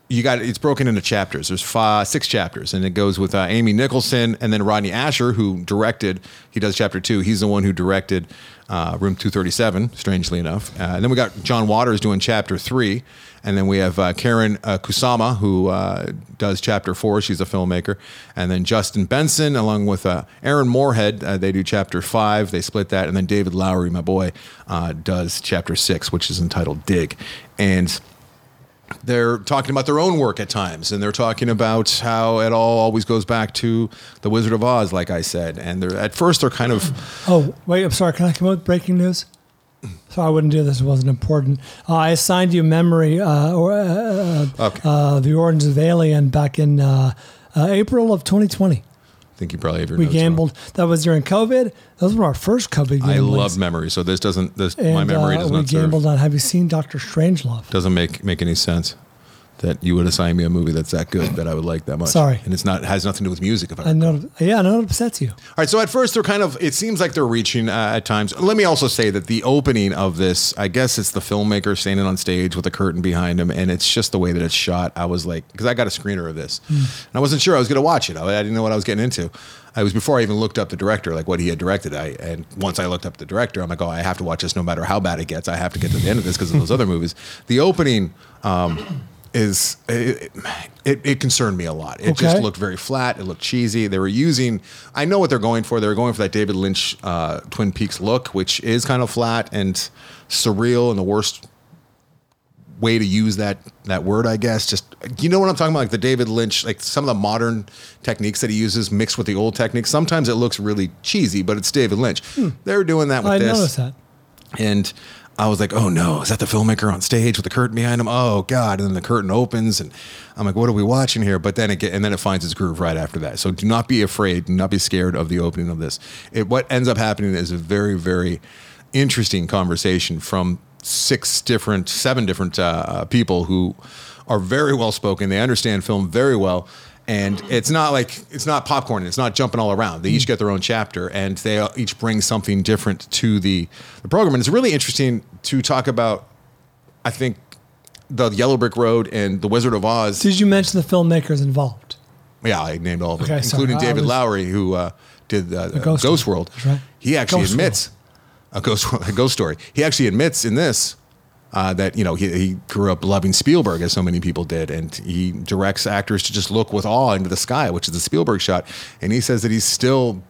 Speaker 2: you got it's broken into chapters. There's five, six chapters, and it goes with uh, Amy Nicholson and then Rodney Asher, who directed. He does chapter two. He's the one who directed uh, Room 237. Strangely enough, uh, and then we got John Waters doing chapter three, and then we have uh, Karen uh, Kusama who uh, does chapter four. She's a filmmaker, and then Justin Benson along with uh, Aaron Moorhead. Uh, they do chapter five. They split that, and then David Lowery, my boy, uh, does chapter six, which is entitled Dig, and they're talking about their own work at times and they're talking about how it all always goes back to the wizard of oz like i said and they're at first they're kind of
Speaker 1: Oh, wait, I'm sorry. Can I come up with breaking news? Sorry, I wouldn't do this. It wasn't important. Uh, I assigned you memory uh, or uh,
Speaker 2: okay
Speaker 1: uh, the origins of Alien back in uh, uh, April of 2020.
Speaker 2: i think you probably have your
Speaker 1: We
Speaker 2: notes wrong.
Speaker 1: gambled. That was during COVID. Those were our first COVID gamblings.
Speaker 2: i love memory so this doesn't this my memory
Speaker 1: uh,
Speaker 2: does
Speaker 1: we
Speaker 2: not serve
Speaker 1: gambled on. Have you seen Doctor Strangelove?
Speaker 2: doesn't make make any sense that you would assign me a movie that's that good that i would like that much
Speaker 1: Sorry.
Speaker 2: and it's not has nothing to do with music if I
Speaker 1: I know. Yeah, I know it upsets you.
Speaker 2: All right, so at first they're kind of, it seems like they're reaching uh, at times. Let me also say that the opening of this, I guess it's the filmmaker standing on stage with a curtain behind him, and it's just the way that it's shot. I was like, because I got a screener of this, and I wasn't sure I was going to watch it. I, I didn't know what I was getting into. I was before I even looked up the director, like what he had directed. I and once I looked up the director, I'm like, oh, I have to watch this no matter how bad it gets. I have to get to the end of this because of those other movies. The opening um, is it, it, it concerned me a lot. It just
Speaker 1: Okay.
Speaker 2: looked very flat. It looked cheesy. They were using, I know what they're going for. They were going for that David Lynch uh, Twin Peaks look, which is kind of flat and surreal and the worst way to use that that word, I guess. Just you know what I'm talking about, like the David Lynch, like some of the modern techniques that he uses mixed with the old techniques. Sometimes it looks really cheesy, but it's David Lynch. They're doing that with
Speaker 1: Hmm. I
Speaker 2: this
Speaker 1: noticed that.
Speaker 2: and I was like, "Oh no, is that the filmmaker on stage with the curtain behind him?" Oh god! And then the curtain opens, and I'm like, "What are we watching here?" But then it get, and then it finds its groove right after that. So do not be afraid, do not be scared of the opening of this. It, what ends up happening is a very, very interesting conversation from six different, seven different uh, people who are very well spoken. They understand film very well. And it's not like it's not popcorn. It's not jumping all around. They
Speaker 1: Mm.
Speaker 2: each get their own chapter, and they each bring something different to the, the program. And it's really interesting to talk about. I think the Yellow Brick Road and the Wizard of Oz.
Speaker 1: Did you mention the filmmakers involved?
Speaker 2: Yeah, I named all of them,
Speaker 1: Okay, sorry,
Speaker 2: including
Speaker 1: I
Speaker 2: David
Speaker 1: was-
Speaker 2: Lowry, who uh, did uh, Ghost,
Speaker 1: Ghost
Speaker 2: World.
Speaker 1: World, that's right.
Speaker 2: He actually
Speaker 1: Ghost
Speaker 2: admits a ghost a ghost story. He actually admits in this uh, that you know he, he grew up loving Spielberg as so many people did, and he directs actors to just look with awe into the sky, which is the Spielberg shot. And he says that he's still.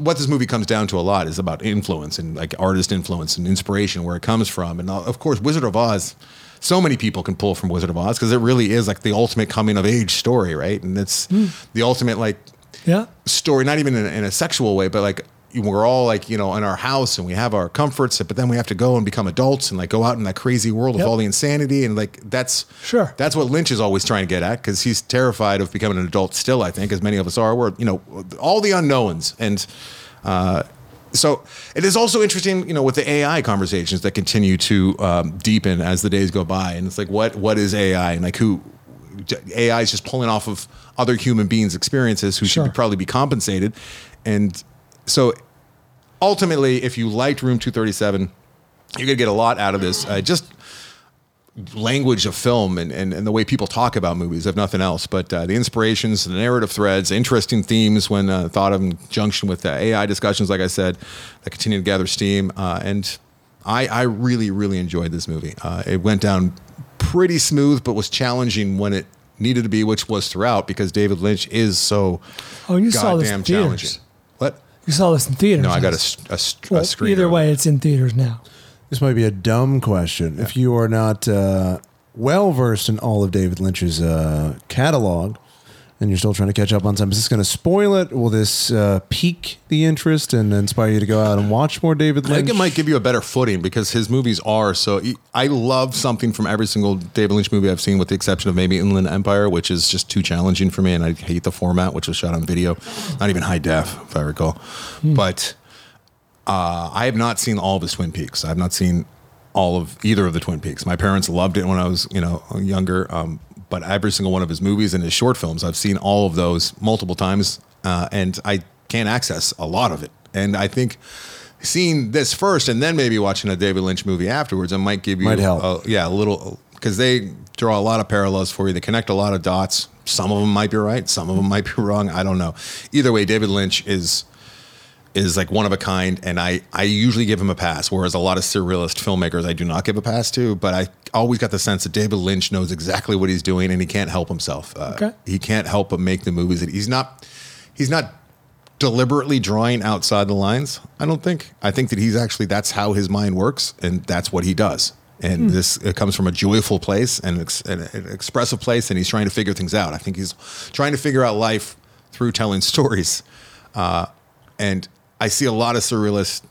Speaker 2: What this movie comes down to a lot is about influence and like artist influence and inspiration, where it comes from, and uh, of course, Wizard of Oz. So many people can pull from Wizard of Oz because it really is like the ultimate coming of age story, right? And it's the ultimate like
Speaker 1: Yeah.
Speaker 2: story, not even in a, in a sexual way, but like we're all like you know in our house and we have our comforts, but then we have to go and become adults and like go out in that crazy world
Speaker 1: Yep.
Speaker 2: of all the insanity and like that's
Speaker 1: Sure.
Speaker 2: that's what Lynch is always trying to get at because he's terrified of becoming an adult still. I think as many of us are, we're you know all the unknowns and. Uh, so it is also interesting, you know, with the AI conversations that continue to um, deepen as the days go by, and it's like, what what is AI, and like who AI is just pulling off of other human beings' experiences who should
Speaker 1: Sure.
Speaker 2: be, probably be compensated, and so ultimately, if you liked Room 237, you're gonna get a lot out of this. Uh, just language of film and, and, and the way people talk about movies, if nothing else. But uh, the inspirations, the narrative threads, interesting themes when uh, thought of in conjunction with the AI discussions, like I said, that continue to gather steam. Uh, and I, I really, really enjoyed this movie. Uh, it went down pretty smooth, but was challenging when it needed to be, which was throughout, because David Lynch is so
Speaker 1: Oh, you saw this in
Speaker 2: goddamn
Speaker 1: theaters.
Speaker 2: challenging. What?
Speaker 1: You saw this in theaters.
Speaker 2: No, I got a,
Speaker 1: yes.
Speaker 2: s- a, s- a
Speaker 1: Well,
Speaker 2: screen.
Speaker 1: either way, it's in theaters now.
Speaker 3: This might be a dumb question. If you are not uh, well versed in all of David Lynch's uh, catalog and you're still trying to catch up on some, is this going to spoil it? Will this uh, pique the interest and inspire you to go out and watch more David
Speaker 2: I
Speaker 3: Lynch?
Speaker 2: think it might give you a better footing because his movies are so. I love something from every single David Lynch movie I've seen, with the exception of maybe Inland Empire, which is just too challenging for me, and I hate the format, which was shot on video, not even high def, if I recall. But uh, I have not seen all of his Twin Peaks. I've not seen all of either of the Twin Peaks. My parents loved it when I was, you know, younger. Um, but every single one of his movies and his short films, I've seen all of those multiple times, uh, and I can't access a lot of it. And I think seeing this first and then maybe watching a David Lynch movie afterwards, it might give you,
Speaker 3: Might help.
Speaker 2: a- yeah, a little because they draw a lot of parallels for you. They connect a lot of dots. Some of them might be right, some of them might be wrong. I don't know. Either way, David Lynch is is like one of a kind and I, I usually give him a pass whereas a lot of surrealist filmmakers i do not give a pass to but i always got the sense that david lynch knows exactly what he's doing and he can't help himself uh,
Speaker 1: Okay.
Speaker 2: he can't help but make the movies that he's not he's not deliberately drawing outside the lines i don't think i think that he's actually that's how his mind works and that's what he does
Speaker 1: Hmm.
Speaker 2: and this it comes from a joyful place and ex, an, an expressive place and he's trying to figure things out i think he's trying to figure out life through telling stories Uh, and I see a lot of surrealist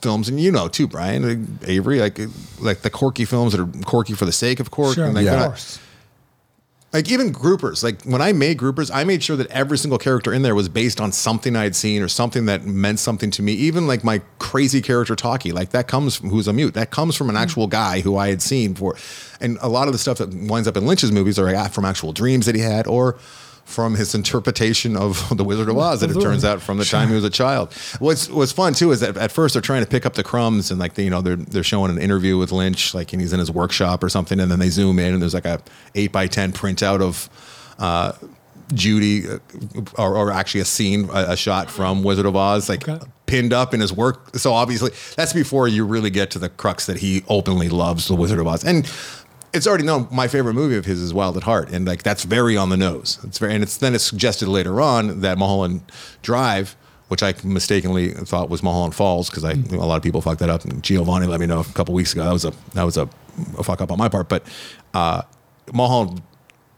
Speaker 2: films, and you know too, Brian like Avery, like like the quirky films that are quirky for the sake of quirk,
Speaker 1: Sure,
Speaker 2: and like,
Speaker 1: of
Speaker 2: they're not-
Speaker 1: course.
Speaker 2: like even groupers. Like when I made groupers, I made sure that every single character in there was based on something I had seen or something that meant something to me. Even like my crazy character Taki, like that comes from who's a mute. That comes from an actual guy who I had seen for, and a lot of the stuff that winds up in Lynch's movies are like, from actual dreams that he had or. From his interpretation of The Wizard of Oz, that it turns out from the time he was a child. What's what's fun too is that at first they're trying to pick up the crumbs and like they, you know they're they're showing an interview with Lynch, like and he's in his workshop or something, and then they zoom in and there's like a eight by ten printout of uh, Judy, uh, or, or actually a scene, a, a shot from Wizard of Oz, like
Speaker 1: Okay.
Speaker 2: pinned up in his work. So obviously, that's before you really get to the crux that he openly loves the Wizard of Oz, and it's already known. My favorite movie of his is Wild at Heart, and like that's very on the nose. It's very, and it's then it's suggested later on that Mulholland Drive. Which I mistakenly thought was Mulholland Falls because I a lot of people fucked that up. And Giovanni let me know a couple weeks ago that was a that was a, a fuck up on my part. But uh, Mulholland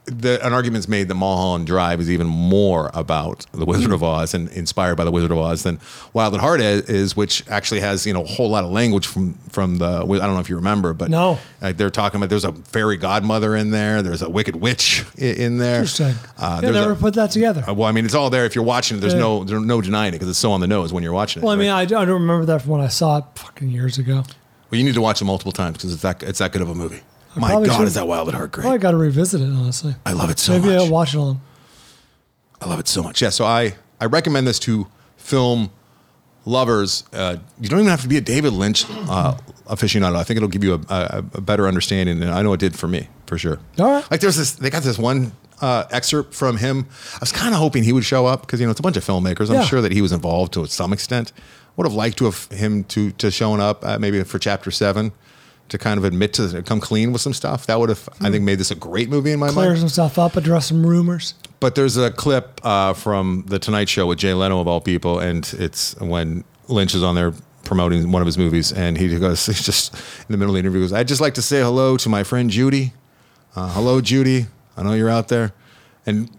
Speaker 2: the, an argument's made that Mulholland Drive is even more about the Wizard of Oz and inspired by the Wizard of Oz than Wild at Heart is, is, which actually has you know a whole lot of language from from the. I don't know if you remember, but
Speaker 1: No.
Speaker 2: like they're talking about there's a fairy godmother in there, there's a wicked witch i- in there.
Speaker 1: Interesting.
Speaker 2: Uh,
Speaker 1: Yeah,
Speaker 2: there's
Speaker 1: never
Speaker 2: a-
Speaker 1: put that together.
Speaker 2: uh, well, I mean, it's all there if you're watching it. There's
Speaker 1: Yeah.
Speaker 2: no there's no denying it because it's so on the nose when you're watching it.
Speaker 1: well, I mean,
Speaker 2: right?
Speaker 1: I, I don't remember that from when I saw it fucking years ago.
Speaker 2: well, you need to watch it multiple times because it's that it's that good of a movie. My
Speaker 1: probably
Speaker 2: God,
Speaker 1: should-
Speaker 2: is that Wild at Heart great?
Speaker 1: Well, I got to revisit it, honestly.
Speaker 2: I love it so
Speaker 1: Maybe
Speaker 2: much.
Speaker 1: I'll watch it on.
Speaker 2: I love it so much. Yeah, so I I recommend this to film lovers. Uh, you don't even have to be a David Lynch uh, aficionado. I think it'll give you a, a, a better understanding, and I know it did for me for sure.
Speaker 1: All right.
Speaker 2: Like there's this, they got this one uh, excerpt from him. I was kind of hoping he would show up because you know it's a bunch of filmmakers. I'm
Speaker 1: Yeah.
Speaker 2: sure that he was involved to some extent. Would have liked to have him to to shown up uh, maybe for chapter seven. To kind of admit to come clean with some stuff that would have, I think, made this a great movie in my mind
Speaker 1: Clear some stuff up, address some rumors.
Speaker 2: but there's a clip uh, from the Tonight Show with Jay Leno of all people, and it's when Lynch is on there promoting one of his movies, and he goes, he's just in the middle of the interview, goes, "I'd just like to say hello to my friend Judy. Uh, hello, Judy. I know you're out there." And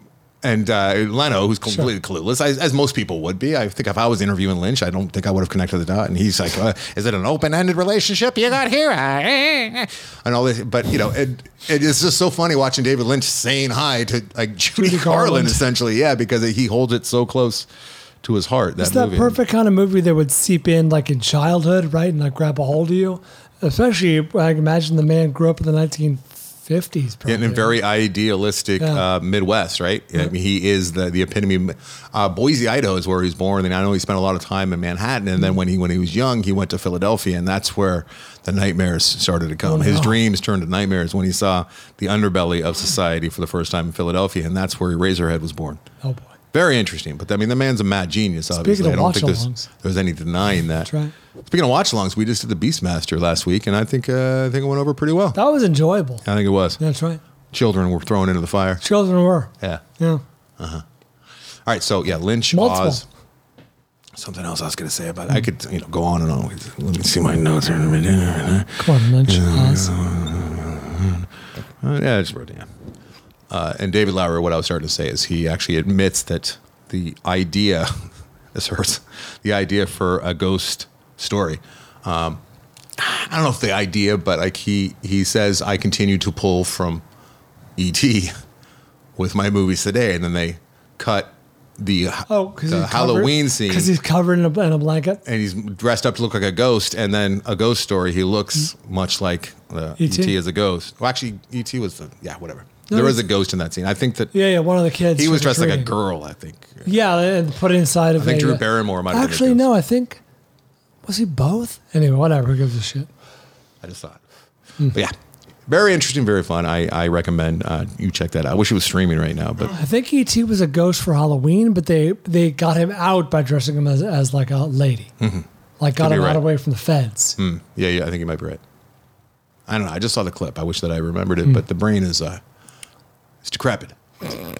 Speaker 2: and uh, Leno, who's completely clueless, as, as most people would be. I think if I was interviewing Lynch, I don't think I would have connected the dot. And he's like, uh, "Is it an open-ended relationship you got here?" Ah, eh, eh." and all this, but you know, it, it is just so funny watching David Lynch saying hi to like Judy,
Speaker 1: Judy
Speaker 2: Garland,
Speaker 1: Garland.
Speaker 2: essentially, yeah, because he holds it so close to his heart. That
Speaker 1: It's that
Speaker 2: movie.
Speaker 1: perfect kind of movie that would seep in like in childhood, right? And like grab a hold of you. Especially, I imagine the man grew up in the 1950s. Probably.
Speaker 2: in a very idealistic
Speaker 1: Yeah.
Speaker 2: uh, Midwest, right? I mean, he is the the epitome. Uh, Boise, Idaho, is where he was born, and I know he spent a lot of time in Manhattan. And
Speaker 1: Mm-hmm.
Speaker 2: then when he when he was young, he went to Philadelphia, and that's where the nightmares started to
Speaker 1: Oh,
Speaker 2: come. His dreams turned to nightmares when he saw the underbelly of society for the first time in Philadelphia, and that's where Razorhead was born.
Speaker 1: Oh, boy.
Speaker 2: Very interesting, but I mean, the man's a mad genius. Obviously,
Speaker 1: of
Speaker 2: I don't think
Speaker 1: watch-alongs.
Speaker 2: there's, there's any denying that.
Speaker 1: right.
Speaker 2: Speaking of watch-alongs, we just did the Beastmaster last week, and I think uh, I think it went over pretty well.
Speaker 1: That was enjoyable.
Speaker 2: I think it was.
Speaker 1: That's right.
Speaker 2: Children were thrown into the fire.
Speaker 1: Children were.
Speaker 2: Yeah.
Speaker 1: Yeah.
Speaker 2: All right. So yeah, Lynch,
Speaker 1: Multiple.
Speaker 2: Oz. Something else I was going to say about it. I could you know go on and on. Let me see my notes. here.
Speaker 1: Come on, Lynch. Oz.
Speaker 2: Uh, yeah, I just wrote it down. Uh, and David Lauer, what I was starting to say is he actually admits that the idea, this hurts, the idea for a ghost story. Um, I don't know if the idea, but like he he says, I continue to pull from E.T. with my movies today, and then they cut the
Speaker 1: Oh, because
Speaker 2: the Halloween scene
Speaker 1: Because he's covered in a, in a blanket.
Speaker 2: and he's dressed up to look like a ghost. And then a ghost story, he looks much like uh, ET.
Speaker 1: E.T.
Speaker 2: as a ghost. Well, actually, ET was the yeah, whatever.
Speaker 1: E No,
Speaker 2: there
Speaker 1: he-
Speaker 2: was a ghost in that scene. I think that
Speaker 1: Yeah, yeah. One of the kids.
Speaker 2: he was dressed like a
Speaker 1: trick-or-treating.
Speaker 2: girl. I think.
Speaker 1: Yeah, and put it inside of.
Speaker 2: I think
Speaker 1: a, uh,
Speaker 2: Drew Barrymore might have been a
Speaker 1: Actually,
Speaker 2: ghost.
Speaker 1: no. I think was he both? Anyway, whatever. Who gives a shit?
Speaker 2: I just thought.
Speaker 1: Hmm.
Speaker 2: But yeah, very interesting, very fun. I I recommend uh, you check that out. I wish it was streaming right now, but
Speaker 1: I think ET was a ghost for Halloween, but they they got him out by dressing him as, as like a lady, like got
Speaker 2: Mm-hmm. Could be
Speaker 1: him out
Speaker 2: right.
Speaker 1: away from the feds.
Speaker 2: mm, yeah, yeah, I think you might be right. I don't know. I just saw the clip. I wish that I remembered
Speaker 1: Hmm.
Speaker 2: it, but the brain is uh, it's decrepit.
Speaker 1: You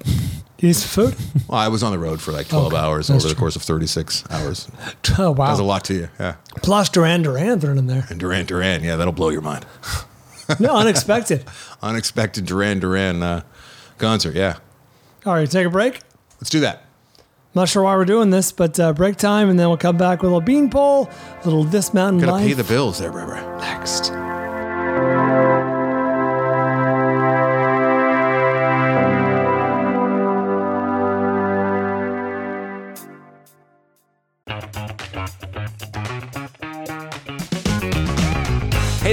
Speaker 1: need some food?
Speaker 2: Well, I was on the road for like twelve
Speaker 1: Okay,
Speaker 2: hours
Speaker 1: Oh, that's
Speaker 2: over the
Speaker 1: true.
Speaker 2: course of thirty six hours.
Speaker 1: oh wow!
Speaker 2: Does a lot to you, yeah.
Speaker 1: Plus Duran Duran thrown in there.
Speaker 2: And Duran Duran, yeah, that'll blow your mind.
Speaker 1: No, unexpected.
Speaker 2: Unexpected Duran Duran uh, concert, yeah.
Speaker 1: All right, take a break.
Speaker 2: Let's do that.
Speaker 1: Not sure why we're doing this, but uh, break time, and then we'll come back with a little bean pole, a little this mountain
Speaker 2: Gotta
Speaker 1: life.
Speaker 2: pay the bills there, Barbara. Next.
Speaker 4: Hey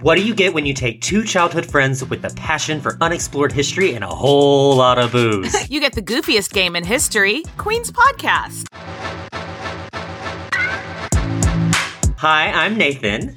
Speaker 3: What do you get when you take two childhood friends with a passion for unexplored history and a whole lot of booze?
Speaker 5: You get the goofiest game in history, Queen's Podcast.
Speaker 3: Hi, I'm Nathan.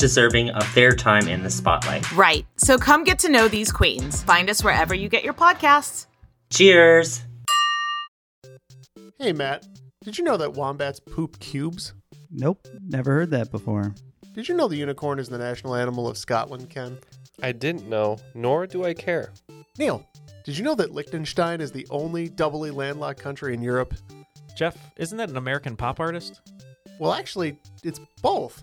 Speaker 3: deserving of their time in the spotlight.
Speaker 5: Right, so come get to know these queens. Find us wherever you get your podcasts.
Speaker 3: Cheers!
Speaker 6: Hey, Matt, did you know that wombats poop cubes?
Speaker 7: Nope, never heard that before.
Speaker 6: Did you know the unicorn is the national animal of Scotland, Ken?
Speaker 7: I didn't know, nor do I care.
Speaker 6: Neil, did you know that Liechtenstein is the only doubly landlocked country in Europe?
Speaker 7: Jeff, isn't that an American pop artist?
Speaker 6: Well, actually, it's both.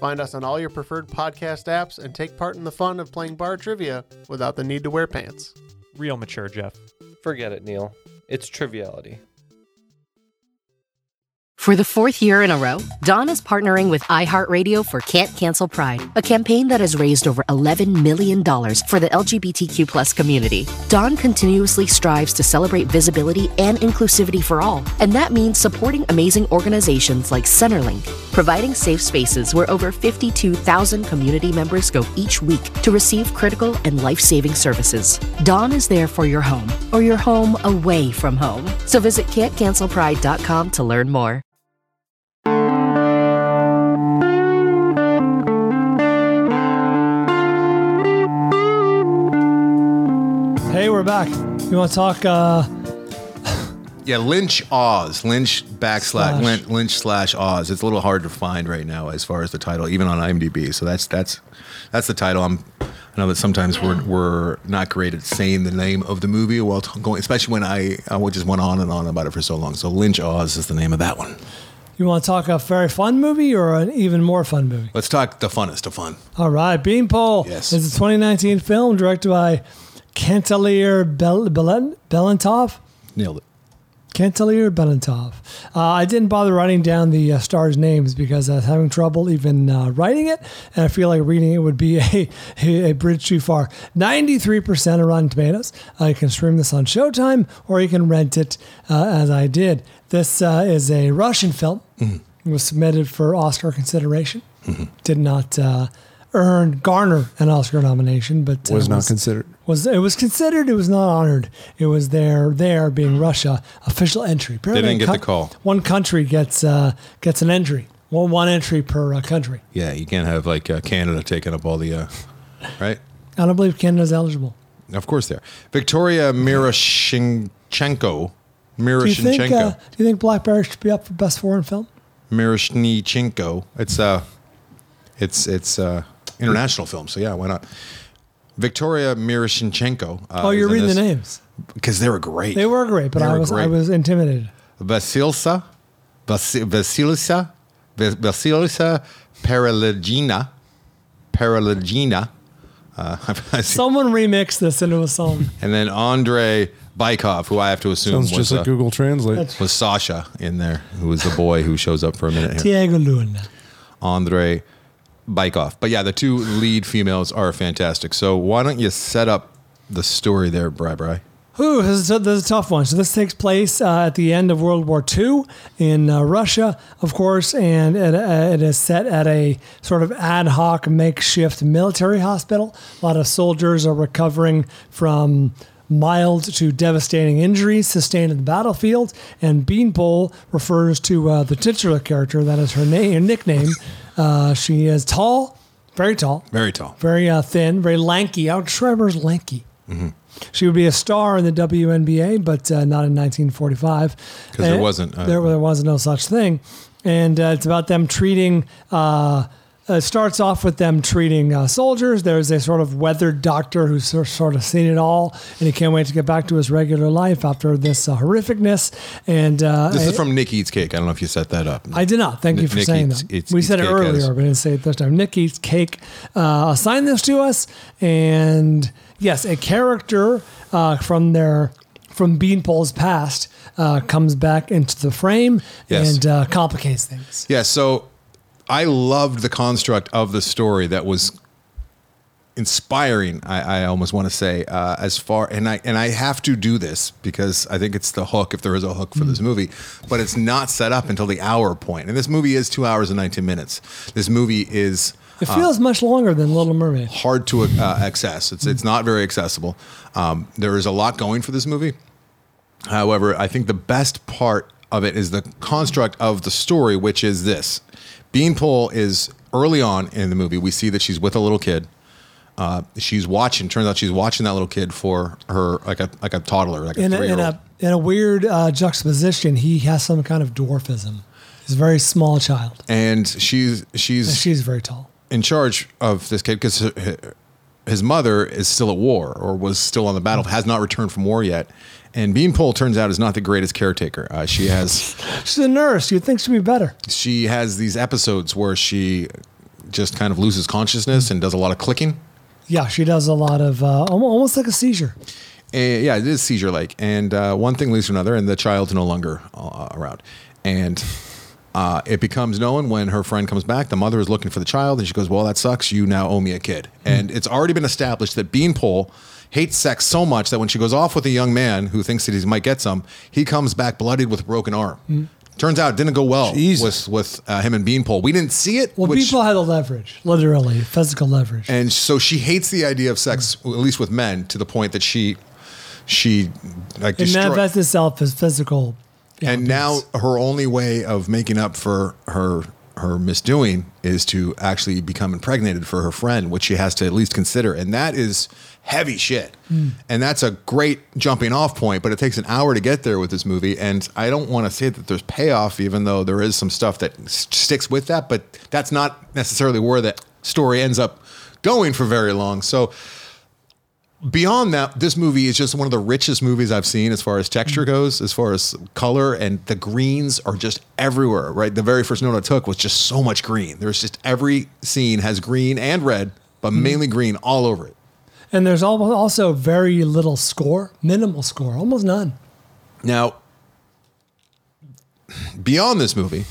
Speaker 6: Find us on all your preferred podcast apps and take part in the fun of playing bar trivia without the need to wear pants.
Speaker 7: Real mature, Jeff. Forget it, Neil. It's Triviality.
Speaker 5: For the fourth year in a row, Dawn is partnering with iHeartRadio for Can't Cancel Pride, a campaign that has raised over $11 million for the LGBTQ plus community. Dawn continuously strives to celebrate visibility and inclusivity for all, and that means supporting amazing organizations like Centerlink, providing safe spaces where over 52,000 community members go each week to receive critical and life-saving services. Dawn is there for your home, or your home away from home. So visit can'tcancelpride.com to learn more.
Speaker 1: Hey, we're back. You want to talk uh,
Speaker 2: Yeah, Lynch Oz, Lynch backslash
Speaker 1: Slash.
Speaker 2: Lynch, Lynch slash Oz. It's a little hard to find right now as far as the title, even on IMDb. So that's that's that's the title. I'm, I know that sometimes we're we're not great at saying the name of the movie while t- going, especially when I I just went on and on about it for so long. So Lynch Oz is the name of that one.
Speaker 1: You want to talk a very fun movie or an even more fun movie?
Speaker 2: Let's talk the funnest of fun.
Speaker 1: All right, Beanpole yes. is a 2019 film directed by Cantelier Bel- Belen- Belentov.
Speaker 2: Nailed it.
Speaker 1: Cantelier Belentov. Uh, I didn't bother writing down the uh, stars' names because I was having trouble even uh, writing it, and I feel like reading it would be a, a bridge too far. 93% of Rotten Tomatoes. Uh, you can stream this on Showtime, or you can rent it uh, as I did. This uh, is a Russian film. It was submitted for Oscar consideration. Did not uh, earn garner an Oscar nomination, but uh,
Speaker 3: Was not considered.
Speaker 1: Was it was considered? It was not honored. It was there there being Russia official entry. Apparently
Speaker 2: didn't get
Speaker 1: co-
Speaker 2: the call.
Speaker 1: One country gets uh, gets an entry. One one entry per uh, country.
Speaker 2: Yeah, you can't have like uh, Canada taking up all the, uh, right?
Speaker 1: I don't believe Canada's eligible.
Speaker 2: Of course, there. Victoria Miroshenchenko.
Speaker 1: Do you think
Speaker 2: Miroshenchenko.
Speaker 1: uh, do you think Blackberry should be up for best foreign film?
Speaker 2: Miroshnichenko. It's uh it's it's uh international film, so yeah, why not? Victoria Miroshnichenko. Uh,
Speaker 1: oh, you're reading the names.
Speaker 2: because they were great.
Speaker 1: They were great, but
Speaker 2: They
Speaker 1: I
Speaker 2: were
Speaker 1: was I
Speaker 2: great.
Speaker 1: was intimidated.
Speaker 2: Vasilisa, Vasi- Vasilisa, Vas- Vasilisa Paralegina, Paralegina, uh,
Speaker 1: Someone remixed this into a song.
Speaker 2: and then Andre Bykov, who I have to assume
Speaker 3: Sounds
Speaker 2: was
Speaker 3: just like
Speaker 2: uh,
Speaker 3: Google Translate.
Speaker 1: That's-
Speaker 2: was Sasha in there, who was the boy who shows up for a minute. here.
Speaker 1: Diego Luna.
Speaker 2: Andre Bykov. But yeah, the two lead females are fantastic. So why don't you set up the story there, Bri Bri?
Speaker 1: Ooh, this is, a, this is a tough one. So this takes place uh, at the end of World War II in uh, Russia, of course, and it, uh, it is set at a sort of ad hoc makeshift military hospital. A lot of soldiers are recovering from mild to devastating injuries sustained in the battlefield, and Beanpole refers to uh, the titular character. That is her name, her nickname. Uh, she is tall, very tall,
Speaker 2: Very tall.
Speaker 1: very uh, thin, very lanky. I would describe her as lanky.
Speaker 2: Mm-hmm.
Speaker 1: She would be a star in the WNBA, but uh, not in 1945.
Speaker 2: 'Cause there
Speaker 1: Uh,
Speaker 2: wasn't, uh,
Speaker 1: there, there was no such thing. And uh, it's about them treating. Uh, it starts off with them treating uh, soldiers. There's a sort of weathered doctor who's sor- sort of seen it all, and he can't wait to get back to his regular life after this uh, horrificness. And uh,
Speaker 2: This
Speaker 1: I-
Speaker 2: is from Nick Eats Cake. I don't know if you set that up.
Speaker 1: I did not. Thank you
Speaker 2: Nick-
Speaker 1: for
Speaker 2: Nick
Speaker 1: saying
Speaker 2: eats-
Speaker 1: that.
Speaker 2: eats-
Speaker 1: we
Speaker 2: eats
Speaker 1: said it
Speaker 2: cake
Speaker 1: earlier,
Speaker 2: as-
Speaker 1: but I didn't say it this time. Nick eats cake. Uh, assigned this to us, and yes, a character uh, from their from Beanpole's past uh, comes back into the frame
Speaker 2: Yes.
Speaker 1: and uh, complicates things.
Speaker 2: Yeah, so I loved the construct of the story that was inspiring. I, I almost want to say uh, as far and I and I have to do this because I think it's the hook if there is a hook for this movie, but it's not set up until the hour point. And this movie is two hours and nineteen minutes. This movie is
Speaker 1: It feels much longer than Little Mermaid.
Speaker 2: hard to uh, access. It's it's not very accessible. Um, there is a lot going for this movie. However, I think the best part of it is the construct of the story, which is this: Beanpole is early on in the movie. We see that she's with a little kid. Uh, she's watching. Turns out she's watching that little kid for her like a like a toddler, like a
Speaker 1: In a,
Speaker 2: three year
Speaker 1: in
Speaker 2: old.
Speaker 1: a in a weird uh, juxtaposition, he has some kind of dwarfism. He's a very small child.
Speaker 2: And she's
Speaker 1: And
Speaker 2: she's
Speaker 1: she's very tall.
Speaker 2: in charge of this kid because his mother is still at war or was still on the battle, has not returned from war yet. And Beanpole turns out is not the greatest caretaker. Uh, she has
Speaker 1: She's a nurse. You'd think she'd be better.
Speaker 2: she has these episodes where she just kind of loses consciousness and does a lot of clicking.
Speaker 1: Yeah, she does a lot of uh, almo- almost like a seizure.
Speaker 2: And, Eh, yeah, it is seizure like, and uh, one thing leads to another, and the child's no longer uh, around, and. Uh, it becomes known when her friend comes back. The mother is looking for the child, and she goes, "Well, that sucks. You now owe me a kid." And it's already been established that Beanpole hates sex so much that when she goes off with a young man who thinks that he might get some, he comes back bloodied with a broken arm. Turns out, it didn't go well with with uh, him and Beanpole. We didn't see it.
Speaker 1: Well,
Speaker 2: which-
Speaker 1: people had the leverage, literally physical leverage.
Speaker 2: and so she hates the idea of sex, at least with men, to the point that she, she, like,
Speaker 1: It
Speaker 2: destroy-
Speaker 1: manifests itself as physical.
Speaker 2: and now her only way of making up for her her misdoing is to actually become impregnated for her friend, which she has to at least consider. And that is heavy shit.
Speaker 8: Hmm.
Speaker 2: And that's a great jumping off point, but it takes an hour to get there with this movie. And I don't want to say that there's payoff, even though there is some stuff that s- sticks with that, but that's not necessarily where that story ends up going for very long. So beyond that, this movie is just one of the richest movies I've seen as far as texture
Speaker 1: Mm-hmm.
Speaker 2: goes, as far as color, and the greens are just everywhere, right? The very first note I took was just so much green. There's just every scene has green and red, but
Speaker 1: Mhm.
Speaker 2: mainly green all over it.
Speaker 1: And there's al- also very little score, minimal score, almost none.
Speaker 2: Now, beyond this movie,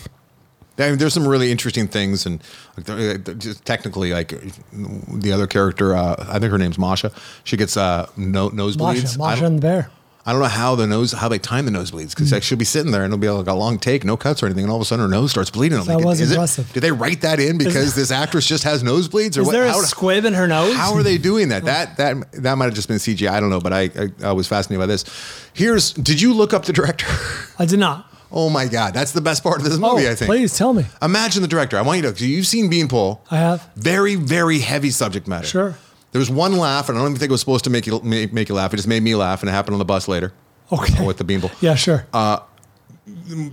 Speaker 2: I mean, there's some really interesting things, and like, they're- they're just technically, like the other character, uh, I think her name's Masha. She gets uh, no,
Speaker 1: Masha,
Speaker 2: nosebleeds. I
Speaker 1: Masha
Speaker 2: don't-
Speaker 1: and the Bear.
Speaker 2: I don't know how the nose, how they time the nosebleeds
Speaker 1: Hmm.
Speaker 2: because like she'll be sitting there and it'll be like a long take, no cuts or anything, and all of a sudden her nose starts bleeding. I'm
Speaker 1: That
Speaker 2: like,
Speaker 1: was
Speaker 2: is it-
Speaker 1: impressive.
Speaker 2: did they write that in because this actress just has nosebleeds or
Speaker 1: Is
Speaker 2: what?
Speaker 1: there a
Speaker 2: How-
Speaker 1: squib in her nose? Oh.
Speaker 2: how are they doing that? That that that might have just been CGI. I don't know, but I, I I was fascinated by this. Here's did you look up the director?
Speaker 1: I did not.
Speaker 2: Oh my god, that's the best part of this movie. I think.
Speaker 1: Oh, Please tell me.
Speaker 2: Imagine the director. I want you to. You've seen Beanpole.
Speaker 1: I have.
Speaker 2: Very very heavy subject matter.
Speaker 1: Sure.
Speaker 2: There was one laugh, and I don't even think it was supposed to make you make, make you laugh. It just made me laugh, and it happened on the bus later.
Speaker 1: Okay.
Speaker 2: With the Beanpole.
Speaker 1: Yeah, sure.
Speaker 2: Uh,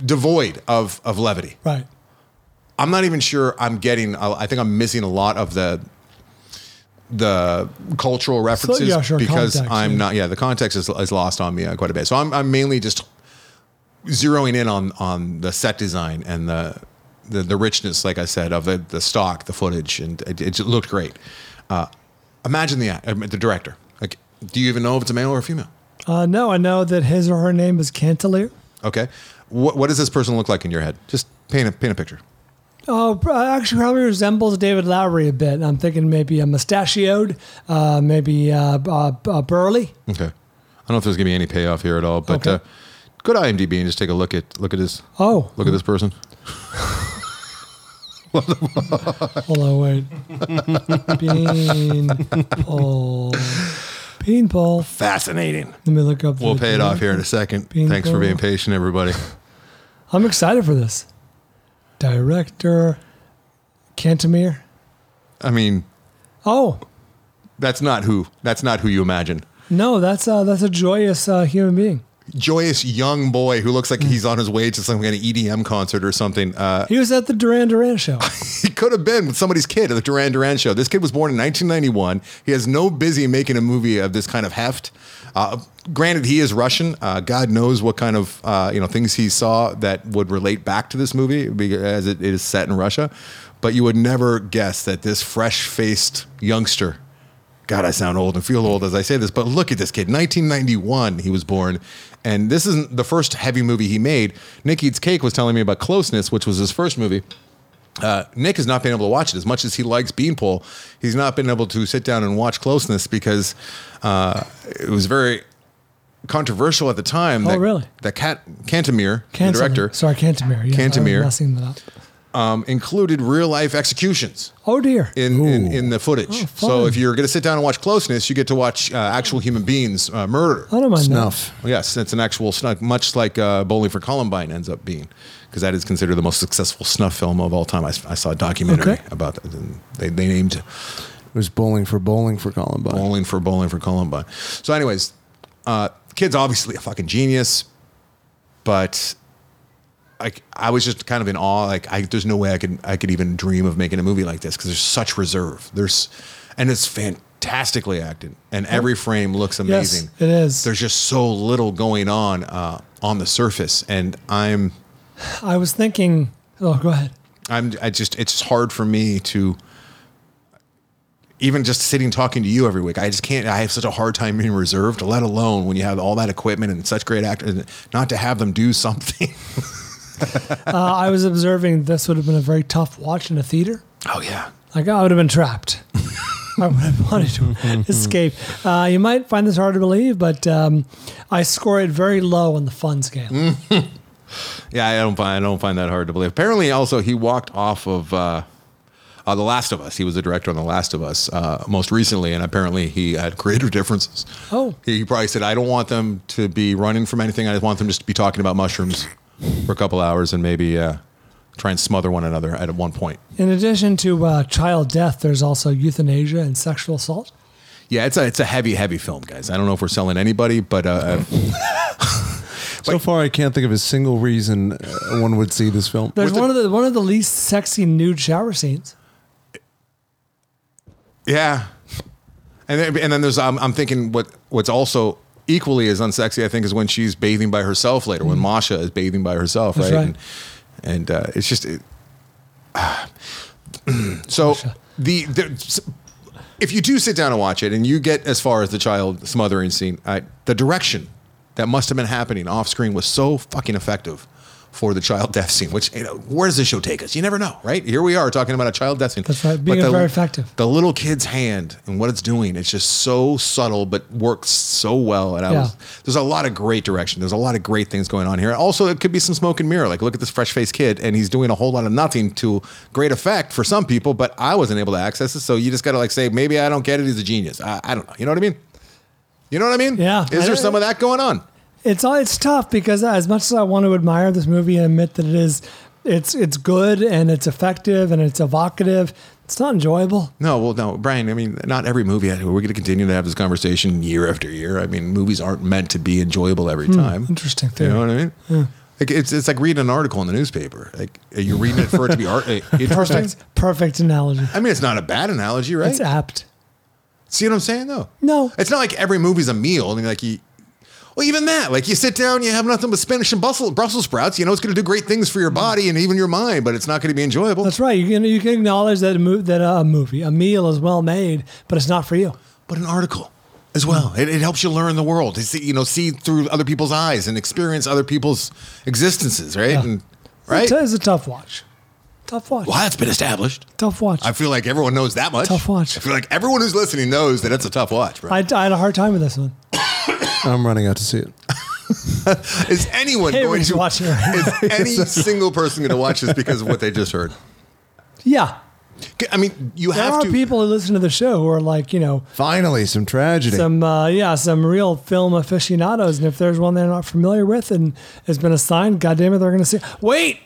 Speaker 2: devoid of of levity.
Speaker 1: Right.
Speaker 2: I'm not even sure I'm getting. I I think I'm missing a lot of the the cultural references
Speaker 1: yeah, sure,
Speaker 2: because
Speaker 1: context,
Speaker 2: I'm
Speaker 1: yeah.
Speaker 2: not. Yeah, the context is, is lost on me uh, quite a bit. So I'm, I'm mainly just zeroing in on on the set design and the the, the richness, like I said, of the, the stock, the footage, and it, it looked great. Uh, imagine the act- uh, the director. Like, do you even know if it's a male or a female?
Speaker 1: Uh, no, I know that his or her name is Cantelier.
Speaker 2: Okay, what what does this person look like in your head? Just paint a paint a picture.
Speaker 1: Oh, pr- actually, probably resembles David Lowry a bit. I'm thinking maybe a mustachioed, uh, maybe uh, b- uh, b- uh, burly.
Speaker 2: Okay. I don't know if there's gonna be any payoff here at all, but uh, go to IMDb and just take a look at look at his
Speaker 1: Oh.
Speaker 2: look at this person.
Speaker 1: Hold on, wait. Bean pole. Bean pole.
Speaker 2: Fascinating.
Speaker 1: Let me look up.
Speaker 2: We'll
Speaker 1: the
Speaker 2: pay it off
Speaker 1: director.
Speaker 2: here in a second.
Speaker 1: Bean
Speaker 2: Thanks for
Speaker 1: pole.
Speaker 2: being patient, everybody.
Speaker 1: I'm excited for this. Director Cantemir.
Speaker 2: I mean,
Speaker 1: Oh
Speaker 2: that's not who that's not who you imagine.
Speaker 1: no, that's uh, that's a joyous uh, human being.
Speaker 2: Joyous young boy who looks like he's on his way to some kind of EDM concert or something. Uh,
Speaker 1: He was at the Duran Duran show.
Speaker 2: he could have been somebody's kid at the Duran Duran show. This kid was born in 1991. He has no busy making a movie of this kind of heft. Uh, granted, he is Russian. Uh, God knows what kind of uh, you know things he saw that would relate back to this movie, be- as it is set in Russia. But you would never guess that this fresh-faced youngster. God, I sound old and feel old as I say this, but look at this kid. 1991, he was born. And this isn't the first heavy movie he made. Nick Eats Cake was telling me about Closeness, which was his first movie uh, Nick has not been able to watch it as much as he likes Beanpole. He's not been able to sit down and watch Closeness because uh, it was very controversial at the time.
Speaker 1: Oh,
Speaker 2: that,
Speaker 1: really?
Speaker 2: That Cat Cantemir, the
Speaker 1: Cantemir.
Speaker 2: director,
Speaker 1: Sorry, Cantemir. Yeah,
Speaker 2: Cantemir.
Speaker 1: I'm messing that up.
Speaker 2: um, included real life executions.
Speaker 1: Oh dear!
Speaker 2: In, in, in the footage. so
Speaker 1: Oh, fun.
Speaker 2: if you're going to sit down and watch Closeness, you get to watch uh, actual human beings uh, murder.
Speaker 1: I don't mind that. Snuff.
Speaker 2: Yes, it's an actual snuff, much like uh, Bowling for Columbine ends up being, because that is considered the most successful snuff film of all time. I, s- I saw a documentary
Speaker 3: Okay.
Speaker 2: about that. And they, they named it
Speaker 3: was bowling for bowling for Columbine.
Speaker 2: Bowling for bowling for Columbine. So, anyways, uh, kid's obviously a fucking genius, but like I was just kind of in awe. Like, I, there's no way I could I could even dream of making a movie like this because there's such reserve. There's and it's fantastically acted, and every frame looks amazing.
Speaker 1: Yes, it is.
Speaker 2: There's just so little going on uh, on the surface, and I'm
Speaker 1: I was thinking. Oh, go ahead.
Speaker 2: I'm I just it's hard for me to even just sitting talking to you every week. I just can't. I have such a hard time being reserved. Let alone when you have all that equipment and such great actors, and not to have them do something.
Speaker 1: Uh, I was observing. This would have been a very tough watch in a theater.
Speaker 2: Oh yeah.
Speaker 1: Like I would have been trapped. I would have wanted to escape. Uh, you might find this hard to believe, but um, I score it very low on the fun scale.
Speaker 2: Mm. yeah, I don't find I don't find that hard to believe. Apparently, also he walked off of. Uh, uh, the Last of Us. He was a director on The Last of Us uh, most recently, and apparently he had creative differences.
Speaker 1: Oh,
Speaker 2: He probably said, I don't want them to be running from anything. I just want them just to be talking about mushrooms for a couple hours and maybe uh, try and smother one another at one point.
Speaker 1: In addition to uh, child death, there's also euthanasia and sexual assault.
Speaker 2: Yeah, it's a it's a heavy heavy film, guys. I don't know if we're selling anybody, but uh,
Speaker 3: so far, I can't think of a single reason uh, one would see this film.
Speaker 1: There's one of the one of the least sexy nude shower scenes.
Speaker 2: yeah. And then, and then there's I'm, I'm thinking what what's also equally as unsexy I think is when she's bathing by herself later when Masha is bathing by herself,
Speaker 1: Mm-hmm. That's
Speaker 2: right?
Speaker 1: right.
Speaker 2: And, and uh, it's just it, so the, the if you do sit down and watch it and you get as far as the child smothering scene I, the direction that must have been happening off screen was so fucking effective for the child death scene which you know, where does this show take us you never know right here we are talking about a child death scene
Speaker 1: That's right, being
Speaker 2: the,
Speaker 1: very effective.
Speaker 2: the little kid's hand and what it's doing it's just so subtle but works so well and i
Speaker 1: Yeah.
Speaker 2: was there's a lot of great direction there's a lot of great things going on here also it could be some smoke and mirror like look at this fresh-faced kid and he's doing a whole lot of nothing to great effect for some people but i wasn't able to access it so you just gotta like say maybe i don't get it he's a genius i, I don't know you know what i mean you know what i mean yeah is there
Speaker 1: I-
Speaker 2: some of that going on
Speaker 1: It's all it's tough because as much as I want to admire this movie and admit that it is, it's it's good and it's effective and it's evocative. It's not enjoyable.
Speaker 2: No, well, no, Brian. I mean, not every movie. We're going to continue to have this conversation year after year. I mean, movies aren't meant to be enjoyable every
Speaker 1: Hmm,
Speaker 2: time.
Speaker 1: interesting
Speaker 2: You
Speaker 1: theory.
Speaker 2: know what I mean?
Speaker 1: Yeah.
Speaker 2: Like it's it's like reading an article in the newspaper. Like you're reading it for it to be art eh, interesting.
Speaker 1: Perfect, perfect analogy.
Speaker 2: I mean, it's not a bad analogy, right?
Speaker 1: It's apt.
Speaker 2: See what I'm saying, though?
Speaker 1: No,
Speaker 2: It's not like every movie's a meal. I mean, like you. Well, even that, like you sit down, you have nothing but Spanish and Brussels, Brussels sprouts. You know, it's going to do great things for your body and even your mind, but it's not going to be enjoyable.
Speaker 1: Hmm. that's right. You can you can acknowledge that a mo- that a movie, a meal is well made, but it's not for you.
Speaker 2: But an article. as well. It, it helps you learn the world. To see, you know, see through other people's eyes and experience other people's existences, right? And
Speaker 1: It's
Speaker 2: right.
Speaker 1: a, it's a tough watch. Tough watch.
Speaker 2: Well, that's been established.
Speaker 1: Tough watch.
Speaker 2: I feel like everyone knows that much. Tough watch. I feel like everyone who's listening knows that it's a tough watch, bro.
Speaker 1: I, I had a hard time with this one.
Speaker 3: I'm running out to see it.
Speaker 2: Is anyone going
Speaker 1: Everybody's
Speaker 2: to
Speaker 1: watching it.
Speaker 2: Is any single person going to watch this because of what they just heard?
Speaker 1: Yeah.
Speaker 2: I mean, you
Speaker 1: there
Speaker 2: have
Speaker 1: are
Speaker 2: to-
Speaker 1: people who listen to the show who are like, you know,
Speaker 3: Finally, some tragedy.
Speaker 1: some uh, yeah, some real film aficionados, and if there's one they're not familiar with and has been assigned, goddamn it, they're going to see. Wait,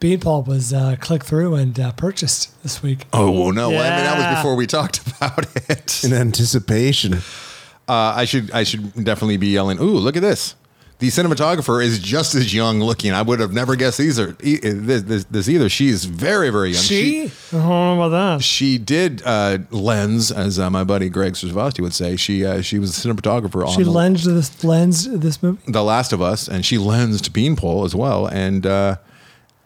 Speaker 1: Beanpole was uh, clicked through and uh, purchased this week.
Speaker 2: Oh well, no. I mean, that
Speaker 1: Yeah.
Speaker 2: was before we talked about it.
Speaker 3: In anticipation, uh,
Speaker 2: I should I should definitely be yelling. Ooh, look at this! The cinematographer is just as young looking. I would have never guessed these are e- this, this, this either. She is very very young.
Speaker 1: She? I don't know about that.
Speaker 2: She did uh, lens, as uh, my buddy Greg Srivasti would say. She uh, she was a cinematographer on
Speaker 1: She
Speaker 2: the,
Speaker 1: lensed this lensed this movie.
Speaker 2: the Last of Us, and she lensed Beanpole as well. And uh,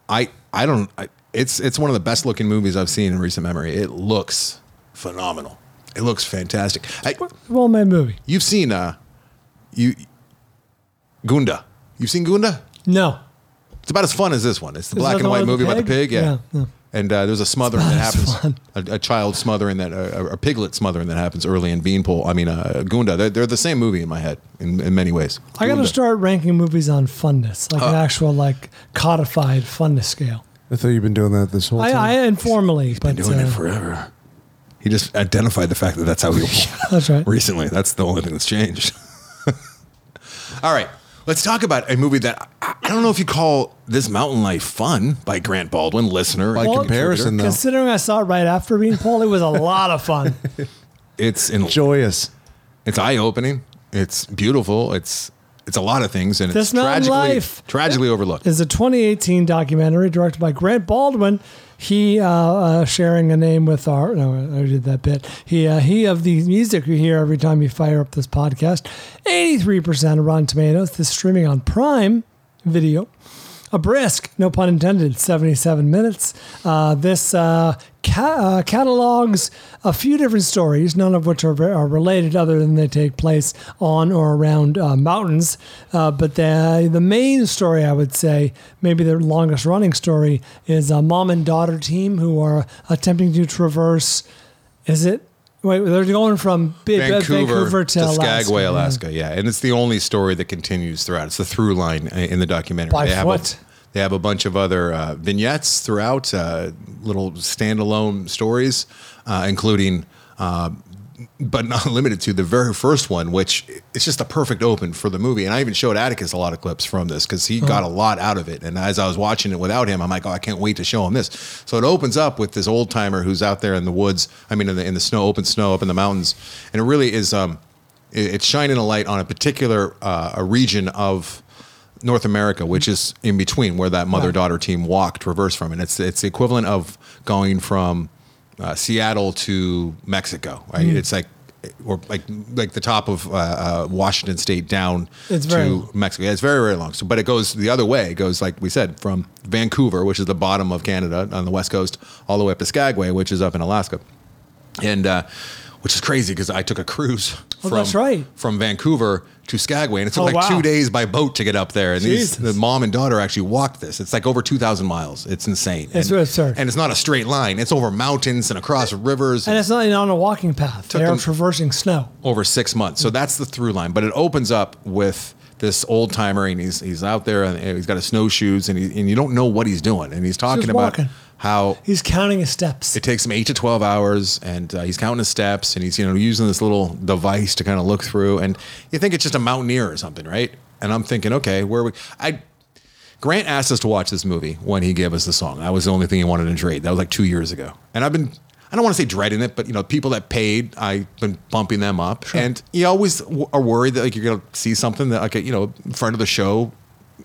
Speaker 2: I I don't. I, it's it's one of the best looking movies I've seen in recent memory. It looks phenomenal. It looks fantastic. I,
Speaker 1: Well made movie.
Speaker 2: You've seen uh you Gunda. You've seen Gunda?
Speaker 1: No.
Speaker 2: It's about as fun as this one. It's the
Speaker 1: Is
Speaker 2: black
Speaker 1: that
Speaker 2: and
Speaker 1: the
Speaker 2: white
Speaker 1: one with
Speaker 2: movie
Speaker 1: the
Speaker 2: about the
Speaker 1: pig?
Speaker 2: pig. Yeah.
Speaker 1: Yeah, yeah.
Speaker 2: And uh, there's a smothering that happens, a, a child smothering that, a, a piglet smothering that happens early in Beanpole. I mean, uh, Gunda. They're, they're the same movie in my head in, in many ways.
Speaker 1: I got to start ranking movies on funness, like an
Speaker 2: Uh.
Speaker 1: actual like codified funness scale.
Speaker 3: I thought you've been doing that this whole
Speaker 1: I,
Speaker 3: time.
Speaker 1: I informally, but
Speaker 2: doing it
Speaker 1: uh,
Speaker 2: forever. He just identified the fact that that's how he
Speaker 1: That's right.
Speaker 2: recently. That's the only thing that's changed. All right, let's talk about a movie that I I don't know if you call "This Mountain Life" fun by Grant Baldwin, listener.
Speaker 1: Well, Considering I saw it right after being Paul, it was a lot of fun.
Speaker 2: it's in,
Speaker 3: joyous.
Speaker 2: It's eye-opening. It's beautiful. It's it's a lot of things, and
Speaker 1: This
Speaker 2: it's
Speaker 1: Mountain
Speaker 2: tragically
Speaker 1: Life.
Speaker 2: tragically overlooked.
Speaker 1: It's a 2018 documentary directed by Grant Baldwin. He uh, uh, sharing a name with our no, I already did that bit. He uh, he of the music you hear every time you fire up this podcast. 83% of Rotten Tomatoes. This is streaming on Prime Video. A brisk, no pun intended, 77 minutes. Uh, this uh, ca- uh, catalogs a few different stories, none of which are, re- are related other than they take place on or around uh, mountains. Uh, but the, the main story, I would say, maybe the longest running story, is a mom and daughter team who are attempting to traverse. Is it? Wait, they're going from Bi-
Speaker 2: Vancouver,
Speaker 1: Vancouver to,
Speaker 2: to
Speaker 1: Alaska.
Speaker 2: Skagway, Alaska. Yeah. and it's the only story that continues throughout. It's the through line i- in the documentary.
Speaker 1: By
Speaker 2: have
Speaker 1: foot.
Speaker 2: A, they have a bunch of other uh, vignettes throughout, uh, little standalone stories, uh, including uh, but not limited to the very first one, which it's just a perfect open for the movie. And I even showed Atticus a lot of clips from this because he got a lot out of it. And as I was watching it without him, I'm like, oh, I can't wait to show him this. So it opens up with this old timer who's out there in the woods. I mean, in the, in the snow, open snow up in the mountains. And it really is, um, it- it's shining a light on a particular uh, a region of North America, which is in between where that mother daughter team walked reverse from. And it's, it's the equivalent of going from uh, Seattle to Mexico, right?
Speaker 1: Mm.
Speaker 2: It's like, or like like the top of uh, uh, Washington State down
Speaker 1: It's
Speaker 2: to
Speaker 1: very long.
Speaker 2: Mexico. Yeah, it's very very long. So, but it goes the other way. It goes like we said from Vancouver, which is the bottom of Canada on the west coast, all the way up to Skagway, which is up in Alaska, and uh, which is crazy because I took a cruise
Speaker 1: Oh,
Speaker 2: from
Speaker 1: that's right.
Speaker 2: from Vancouver to Skagway, and it took
Speaker 1: Oh,
Speaker 2: like
Speaker 1: wow.
Speaker 2: two days by boat to get up there. And
Speaker 1: Jesus.
Speaker 2: these, the mom and daughter actually walked this. It's like over two thousand miles. It's insane.
Speaker 1: It's
Speaker 2: and,
Speaker 1: absurd.
Speaker 2: and it's not a straight line. It's over mountains and across rivers.
Speaker 1: And it's not even on a walking path. They are traversing snow.
Speaker 2: over six months. So that's the through line. But it opens up with this old timer, and he's he's out there, and he's got his snowshoes, and he, and you don't know what he's doing, and he's talking
Speaker 1: just
Speaker 2: about
Speaker 1: walking.
Speaker 2: how
Speaker 1: He's counting his steps.
Speaker 2: it takes him eight to twelve hours, and uh, he's counting his steps, and he's you know using this little device to kind of look through, and you think it's just a mountaineer or something, right? And I'm thinking, okay, where we? I Grant asked us to watch this movie when he gave us the song. That was the only thing he wanted to trade. That was like two years ago, and I've been. I don't want to say dreading it, but you know, people that paid, I've been bumping them up, and you always w- are worried that like you're gonna see something that like a, you know friend of the show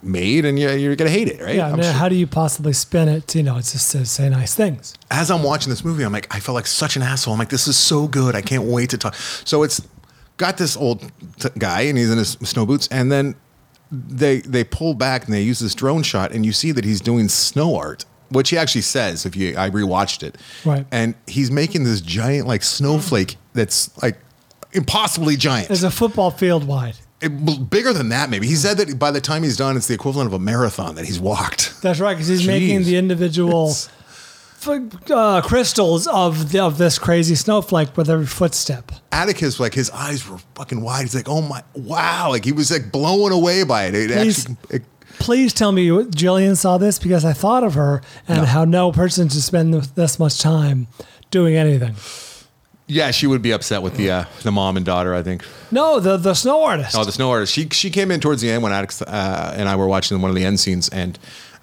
Speaker 2: made, and you're, you're gonna hate it, right?
Speaker 1: Yeah, I
Speaker 2: I'm
Speaker 1: mean,
Speaker 2: sure-
Speaker 1: how do you possibly spin it? You know, it's just to say nice things.
Speaker 2: as I'm watching this movie, I'm like, I felt like such an asshole. I'm like, this is so good. I can't wait to talk. So it's got this old t- guy and he's in his snow boots, and then they they pull back and they use this drone shot, and you see that he's doing snow art, which he actually says. If you, I rewatched it,
Speaker 1: Right.
Speaker 2: and he's making this giant like snowflake that's like impossibly giant.
Speaker 1: It's a football field wide.
Speaker 2: It- bigger than that, maybe. He said that by the time he's done, it's the equivalent of a marathon that he's walked.
Speaker 1: That's right, because he's making
Speaker 2: Jeez.
Speaker 1: the individual f- uh, crystals of the, of this crazy snowflake with every footstep.
Speaker 2: Atticus, like his eyes were fucking wide. He's like, oh my, wow. Like he was like blown away by it. It
Speaker 1: Please-
Speaker 2: actually, it,
Speaker 1: Please tell me you- Jillian saw this because I thought of her and how no person should spend th- this much time doing anything.
Speaker 2: yeah, she would be upset with the uh, the mom and daughter, I think.
Speaker 1: No, the the snow artist.
Speaker 2: Oh, the snow artist. She she came in towards the end when Atticus uh, and I were watching one of the end scenes, and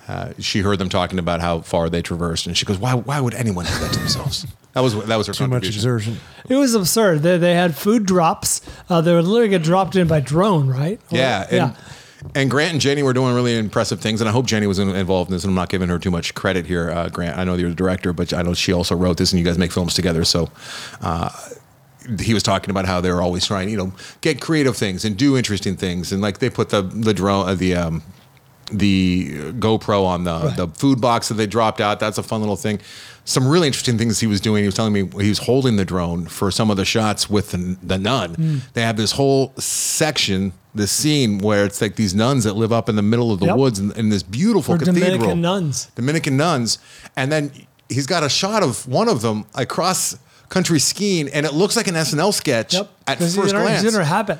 Speaker 2: uh, she heard them talking about how far they traversed, and she goes, "Why why would anyone do that to themselves?" that was that was her
Speaker 3: Too much
Speaker 2: contribution.
Speaker 3: exertion.
Speaker 1: It was absurd. They, they had food drops. Uh, they would literally get dropped in by drone, right?
Speaker 2: Yeah,
Speaker 1: yeah.
Speaker 2: and, and Grant and Jenny were doing really impressive things, and I hope Jenny was in- involved in this. And I'm not giving her too much credit here, uh, Grant. I know you're the director, but I know she also wrote this, and you guys make films together. So uh, he was talking about how they were always trying, you know, get creative things and do interesting things, and like they put the the drone, uh, the um, the GoPro on the the food box that they dropped out. That's a fun little thing. Some really interesting things he was doing. He was telling me he was holding the drone for some of the shots with the, the nun.
Speaker 1: Mm.
Speaker 2: They have this whole section, this scene where it's like these nuns that live up in the middle of the
Speaker 1: Yep.
Speaker 2: woods in, in this beautiful
Speaker 1: Or
Speaker 2: cathedral.
Speaker 1: Dominican nuns.
Speaker 2: Dominican nuns, and then he's got a shot of one of them across country skiing, and it looks like an SNL sketch at
Speaker 1: 'Cause
Speaker 2: first
Speaker 1: he's in her-
Speaker 2: glance.
Speaker 1: He's in her habit.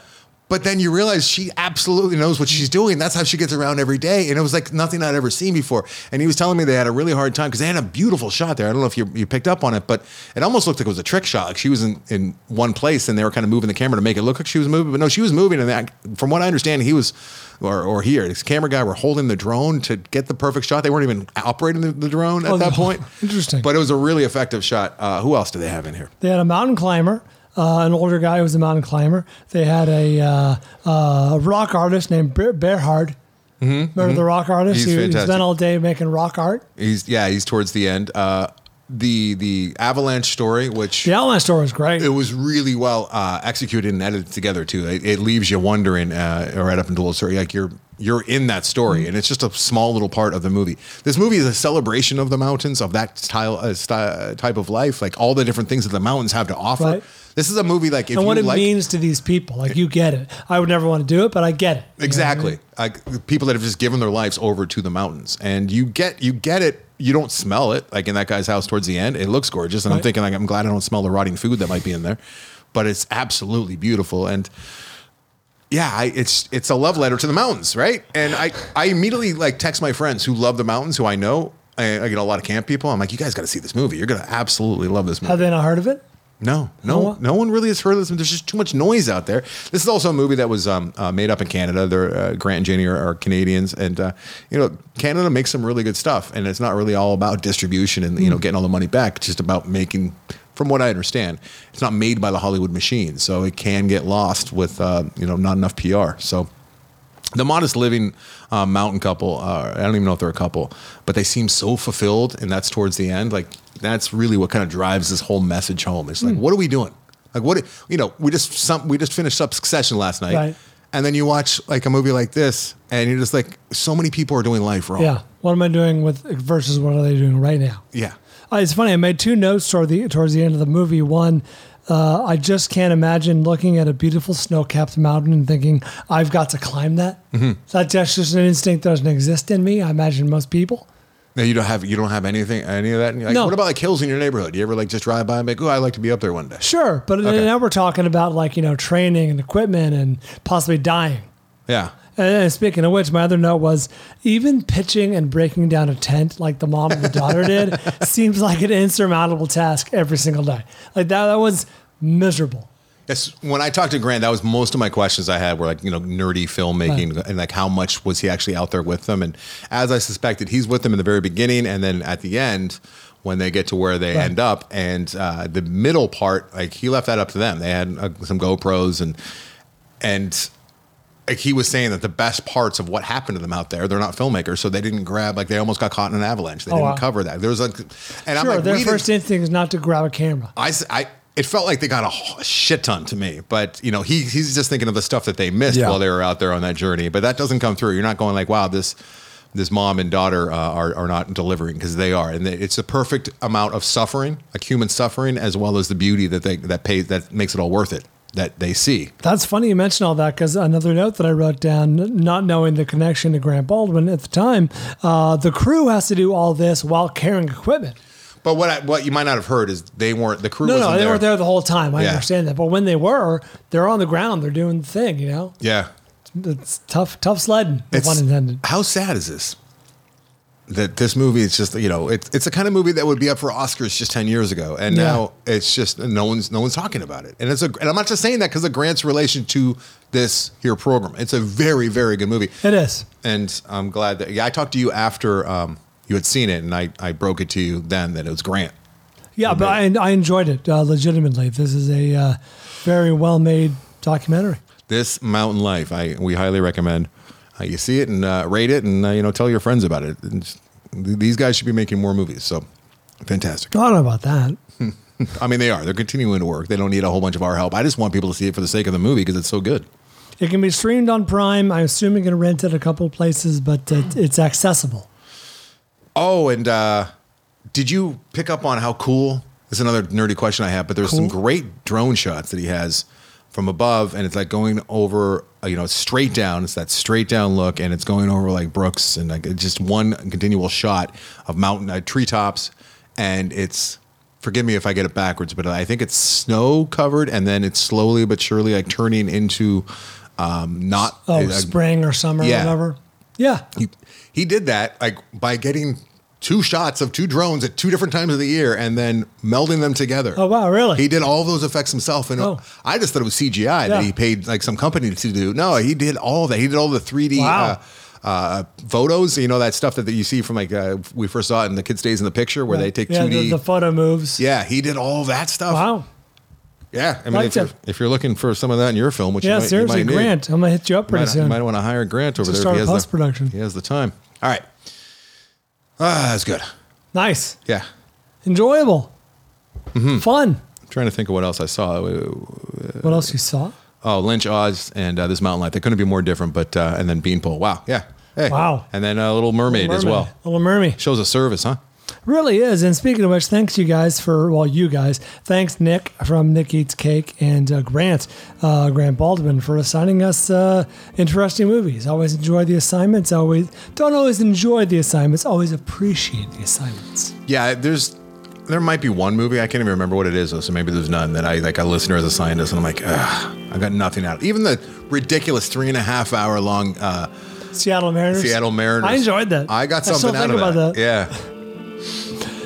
Speaker 2: But then you realize she absolutely knows what she's doing. That's how she gets around every day. And it was like nothing I'd ever seen before. And he was telling me they had a really hard time because they had a beautiful shot there. I don't know if you, you picked up on it, but it almost looked like it was a trick shot. Like she was in, in one place and they were kind of moving the camera to make it look like she was moving. But no, she was moving. And that, from what I understand, he was, or, or here, this camera guy were holding the drone to get the perfect shot. They weren't even operating the, the drone at
Speaker 1: Oh,
Speaker 2: that
Speaker 1: no.
Speaker 2: point.
Speaker 1: Interesting.
Speaker 2: But it was a really effective shot. Uh, who else do they have in here?
Speaker 1: They had a mountain climber, uh, an older guy who was a mountain climber. They had a uh, uh, rock artist named Ber- Berhard.
Speaker 2: Mm-hmm.
Speaker 1: Remember the rock artist?
Speaker 2: He's
Speaker 1: who who
Speaker 2: fantastic.
Speaker 1: spent all day making rock art.
Speaker 2: He's yeah, he's towards the end. Uh, the the avalanche story, which
Speaker 1: the avalanche story was great.
Speaker 2: It was really well uh, executed and edited together too. It, it leaves you wondering uh, right up until the story, like you're you're in that story, and it's just a small little part of the movie. This movie is a celebration of the mountains, of that style, uh, style type of life, like all the different things that the mountains have to offer.
Speaker 1: Right.
Speaker 2: This is a movie like if
Speaker 1: and what
Speaker 2: you
Speaker 1: it
Speaker 2: like
Speaker 1: means to these people. Like, you get it. I would never want to do it, but I get it.
Speaker 2: Exactly. Like people that have just given their lives over to the mountains. And you get you get it. You don't smell it. Like in that guy's house towards the end, it looks gorgeous. And I'm
Speaker 1: Right.
Speaker 2: thinking like I'm glad I don't smell the rotting food that might be in there. But it's absolutely beautiful. And yeah, I, it's it's a love letter to the mountains, right? And I I immediately like text my friends who love the mountains, who I know. I, I get a lot of camp people. I'm like, you guys got to see this movie. You're gonna absolutely love this movie.
Speaker 1: Have they not heard of it?
Speaker 2: No, no, no one really has heard of this. There's just too much noise out there. This is also a movie that was um, uh, made up in Canada. They're, uh, Grant and Janie are, are Canadians, and uh, you know Canada makes some really good stuff. And it's not really all about distribution and you know
Speaker 3: Mm.
Speaker 2: getting all the money back. It's just about making. From what I understand, it's not made by the Hollywood machine, so it can get lost with uh, you know not enough PR. So the modest living uh, mountain couple uh, i don't even know if they're a couple but they seem so fulfilled and that's towards the end like that's really what kind of drives this whole message home it's like
Speaker 1: Hmm.
Speaker 2: what are we doing like what you know we just some, we just finished up succession last night
Speaker 1: Right.
Speaker 2: and then you watch like a movie like this and you're just like so many people are doing life wrong
Speaker 1: Yeah. What am I doing with versus what are they doing right now?
Speaker 2: yeah
Speaker 1: Uh, it's funny. I made two notes toward the towards the end of the movie. One, uh, I just can't imagine looking at a beautiful snow-capped mountain and thinking I've got to climb that.
Speaker 2: Mhm.
Speaker 1: That that's just an instinct that doesn't exist in me. I imagine most people.
Speaker 2: now you don't have you don't have anything any of that and you're like,
Speaker 1: No.
Speaker 2: what about like hills in your neighborhood you ever like just drive by and be like oh i'd like to be up there one day
Speaker 1: Sure, but
Speaker 2: Okay.
Speaker 1: now we're talking about like you know training and equipment and possibly dying.
Speaker 2: yeah
Speaker 1: And and speaking of which, my other note was even pitching and breaking down a tent like the mom and the daughter did seems like an insurmountable task every single day. Like that, that was miserable.
Speaker 2: Yes, when I talked to Grant, that was most of my questions I had were like, you know, nerdy filmmaking and like how much was he actually out there with them? And as I suspected, he's with them in the very beginning and then at the end when they get to where they
Speaker 3: Right.
Speaker 2: end up. And uh, the middle part, like he left that up to them. They had uh, some GoPros and and like he was saying that the best parts of what happened to them out there, they're not filmmakers, so they didn't grab like they almost got caught in an avalanche. They
Speaker 1: Oh,
Speaker 2: didn't
Speaker 1: wow.
Speaker 2: cover that. There was like, and I'm
Speaker 1: sure,
Speaker 2: like,
Speaker 1: their
Speaker 2: we didn't-
Speaker 1: first instinct is not to grab a camera.
Speaker 2: I, s- I- it felt like they got a wh- shit ton to me, but you know, he he's just thinking of the stuff that they missed
Speaker 3: Yeah.
Speaker 2: while they were out there on that journey. But that doesn't come through. You're not going like, wow, this this mom and daughter uh, are are not delivering because they are, and they, it's the perfect amount of suffering, like human suffering, as well as the beauty that they that pays that makes it all worth it that they see.
Speaker 1: That's funny you mention all that because another note that I wrote down, not knowing the connection to Grant Baldwin at the time, uh, the crew has to do all this while carrying equipment.
Speaker 2: But what I, what you might not have heard is they weren't the crew.
Speaker 1: no,
Speaker 2: wasn't
Speaker 1: no, they weren't there the whole time. I
Speaker 2: Yeah.
Speaker 1: understand that, but when they were, they're on the ground. They're doing the thing. You know,
Speaker 2: Yeah,
Speaker 1: it's tough, tough sledding. no Pun intended.
Speaker 2: How sad is this? That this movie is just you know it's it's the kind of movie that would be up for Oscars just ten years ago, and
Speaker 3: Yeah.
Speaker 2: now it's just no one's no one's talking about it. And it's a and I'm not just saying that because of Grant's relation to this here program. It's a very very good movie.
Speaker 1: It is,
Speaker 2: and I'm glad that yeah I talked to you after um, you had seen it, and I I broke it to you then that it was Grant.
Speaker 1: Yeah, but I, I enjoyed it uh, legitimately. This is a uh, very well made documentary.
Speaker 2: This Mountain Life, I we highly recommend. Uh, you see it and uh, rate it, and uh, you know tell your friends about it. And just- th- these guys should be making more movies. So fantastic.
Speaker 1: I don't know about that.
Speaker 2: I mean, they are. They're continuing to work. They don't need a whole bunch of our help. I just want people to see it for the sake of the movie because it's so good.
Speaker 1: It can be streamed on Prime. I assume you can rent it a couple of places, but it, it's accessible.
Speaker 2: Oh, and uh, did you pick up on how cool? This is another nerdy question I have, but there's some great drone shots that he has from above, and it's like going over, uh, you know, straight down. It's that straight down look, and it's going over like brooks and like it's just one continual shot of mountain uh, treetops, and it's. Forgive me if I get it backwards, but I think it's snow covered, and then it's slowly but surely like turning into um, not
Speaker 1: Oh,
Speaker 2: uh,
Speaker 1: spring or summer
Speaker 2: yeah.
Speaker 1: or whatever. Yeah.
Speaker 2: he did that like by getting two shots of two drones at two different times of the year and then melding them together.
Speaker 1: Oh, wow, really?
Speaker 2: He did all those effects himself and
Speaker 1: Oh.
Speaker 2: I just thought it was CGI
Speaker 1: Yeah.
Speaker 2: that he paid like some company to do. No, he did all that. He did all the 3D
Speaker 1: Wow.
Speaker 2: uh, uh, photos, you know that stuff that, that you see from like uh, we first saw it in the kids days in the picture where they take
Speaker 1: yeah,
Speaker 2: 2D.
Speaker 1: the, the photo moves.
Speaker 2: yeah, he did all that stuff.
Speaker 1: Wow.
Speaker 2: Yeah, I mean
Speaker 1: Like
Speaker 2: if you're,
Speaker 1: that.
Speaker 2: if you're looking for some of that in your film, which
Speaker 1: yeah,
Speaker 2: you might,
Speaker 1: seriously,
Speaker 2: you might need,
Speaker 1: Grant. I'm going to hit you up
Speaker 2: you
Speaker 1: pretty
Speaker 2: might,
Speaker 1: soon.
Speaker 2: You might want to hire Grant over
Speaker 1: To
Speaker 2: there.
Speaker 1: start
Speaker 2: if he has the-
Speaker 1: post-production.
Speaker 2: He has the time. All right. Ah, that's good.
Speaker 1: nice.
Speaker 2: Yeah.
Speaker 1: Enjoyable.
Speaker 2: Mm-hmm.
Speaker 1: Fun.
Speaker 2: I'm trying to think of what else I saw. Uh,
Speaker 1: What else you saw?
Speaker 2: Oh, Lynch, Oz, and uh, this Mountain Life. They couldn't be more different. But uh, and then Beanpole. Wow. Yeah. Hey.
Speaker 1: Wow.
Speaker 2: And then uh, Little Mermaid, as
Speaker 1: Mermaid.
Speaker 2: well.
Speaker 1: Little Mermaid
Speaker 2: shows a service, huh?
Speaker 1: Really is. And speaking of which, thanks you guys for well, you guys. Thanks Nick from Nick Eats Cake and uh, Grant, uh, Grant Baldwin for assigning us uh, interesting movies. Always enjoy the assignments. Always don't always enjoy the assignments. Always appreciate the assignments.
Speaker 2: Yeah. There's there might be one movie I can't even remember what it is. So maybe there's none that I like. A listener has assigned us, and I'm like, Ugh, I got nothing out. of it. Even the ridiculous three and a half hour long uh,
Speaker 1: Seattle Mariners.
Speaker 2: Seattle Mariners.
Speaker 1: I enjoyed that.
Speaker 2: I got
Speaker 1: I still
Speaker 2: something out
Speaker 1: think about
Speaker 2: of that.
Speaker 1: that.
Speaker 2: Yeah.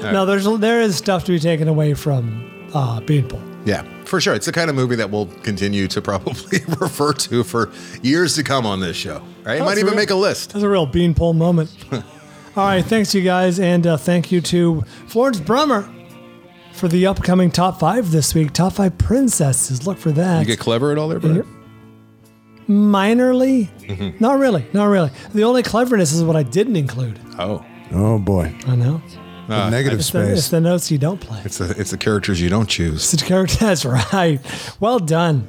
Speaker 2: All
Speaker 1: No,
Speaker 2: right.
Speaker 1: there's there is stuff to be taken away from uh, Beanpole.
Speaker 2: Yeah, for sure. It's the kind of movie that we'll continue to probably refer to for years to come on this show. Right? It might
Speaker 1: That's
Speaker 2: even
Speaker 1: real-
Speaker 2: make a list.
Speaker 1: That's a real beanpole moment. All right, thanks you guys, and uh, thank you to Florence Brummer for the upcoming top five this week. Top five princesses. Look for
Speaker 2: You
Speaker 1: that.
Speaker 2: get clever at all there, bro?
Speaker 1: Minorly,
Speaker 2: Mhm.
Speaker 1: not really, not really. The only cleverness is what I didn't include.
Speaker 2: Oh.
Speaker 3: Oh boy.
Speaker 1: I know. Ah.
Speaker 2: Uh, negative
Speaker 1: it's The, it's the notes you don't play.
Speaker 2: It's the, it's the characters you don't choose.
Speaker 1: It's the character. That's right. Well done.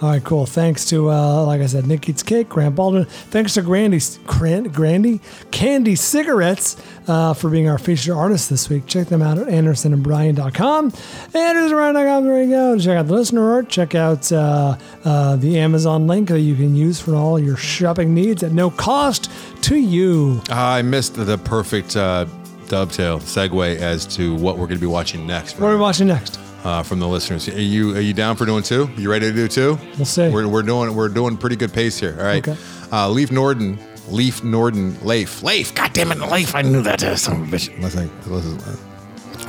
Speaker 1: All right, cool. Thanks to, uh, like I said, Nick Eats Cake, Grant Baldwin. Thanks to Grandy, Gran- Grandy Candy Cigarettes uh, for being our featured artist this week. Check them out at andersonandbryan.com. Andersonandbryan.com, there you go. Check out the listener art. Check out uh, uh, the Amazon link that you can use for all your shopping needs at no cost to you.
Speaker 2: Ah, I missed the perfect uh, dovetail segue as to what we're going to be watching next
Speaker 1: What are we watching next?
Speaker 2: uh, from the listeners. Are you are you down for doing two? You ready to do two?
Speaker 1: We'll see.
Speaker 2: We're, we're doing we're doing pretty good pace here. All right.
Speaker 1: Okay.
Speaker 2: Uh, Leaf Norden, Leaf Norden, Leif, Leif. God damn it, Leif! I knew that. uh, Son of a bitch. Listen, listen, uh,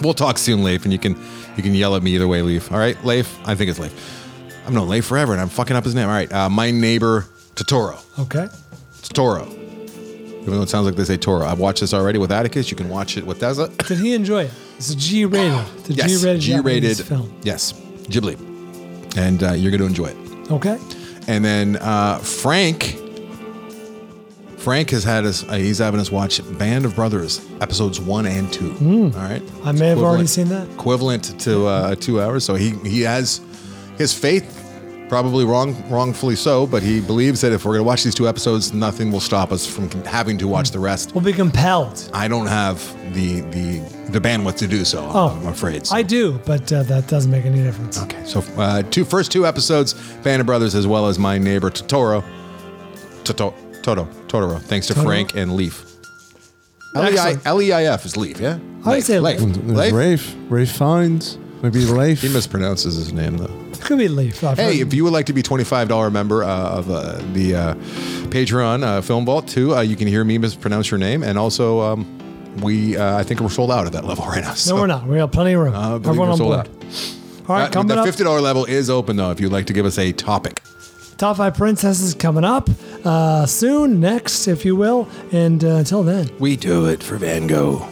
Speaker 2: We'll talk soon, Leif, and you can you can yell at me either way, Leif. All right, Leif. I think it's Leif. I'm known Leif forever, and I'm fucking up his name. All right. Uh, my neighbor Totoro.
Speaker 1: Okay.
Speaker 2: It's Toro. Even though it sounds like they say Toro. I've watched this already with Atticus. You can watch it with Tessa.
Speaker 1: Did he enjoy it? It's a G rated. It's a
Speaker 2: Yes,
Speaker 1: G-rated
Speaker 2: G-rated
Speaker 1: Japanese film.
Speaker 2: Yes, Ghibli, and uh, you're going to enjoy it.
Speaker 1: Okay.
Speaker 2: And then uh, Frank, Frank has had us. Uh, he's having us watch Band of Brothers episodes one and two. All right,
Speaker 1: Hmm. I may have already
Speaker 2: Equivalent-
Speaker 1: seen that.
Speaker 2: Equivalent to uh, two hours. So he he has his faith. Probably wrong, wrongfully so, but he believes that if we're going to watch these two episodes, nothing will stop us from con- having to
Speaker 1: Hmm.
Speaker 2: watch the rest.
Speaker 1: We'll be compelled.
Speaker 2: I don't have the the the bandwidth to do so. I'm afraid. So.
Speaker 1: Oh, I do, but uh, that doesn't make any difference. Okay.
Speaker 2: So uh, two first two episodes, Band of Brothers, as well as my neighbor Totoro, Toto, Toto, Totoro. Thanks to
Speaker 1: Totoro?
Speaker 2: Frank and Leaf.
Speaker 3: Excellent.
Speaker 2: L e i f is Leaf, yeah.
Speaker 1: I would say Leif.
Speaker 3: Rafe. Rafe. Rafe Fines. Maybe Rafe. He
Speaker 2: mispronounces his name though.
Speaker 1: It could be Leaf. I've
Speaker 2: Hey,
Speaker 1: heard-
Speaker 2: if you would like to be $25 member uh, of uh, the uh, Patreon uh, Film Vault too, uh, you can hear me mispronounce your name, and also um, we uh, I think we're sold out at that level right now. So. uh,
Speaker 1: no, we're not. We got plenty of room.
Speaker 2: I believe
Speaker 1: Everyone
Speaker 2: we're
Speaker 1: on
Speaker 2: sold
Speaker 1: board.
Speaker 2: out.
Speaker 1: All right,
Speaker 2: Uh,
Speaker 1: coming
Speaker 2: the
Speaker 1: up,
Speaker 2: fifty dollar level is open though. If you'd like to give us a topic,
Speaker 1: top five princesses coming up uh, soon, next, if you will. And uh, until then.
Speaker 2: we do it for Van Gogh.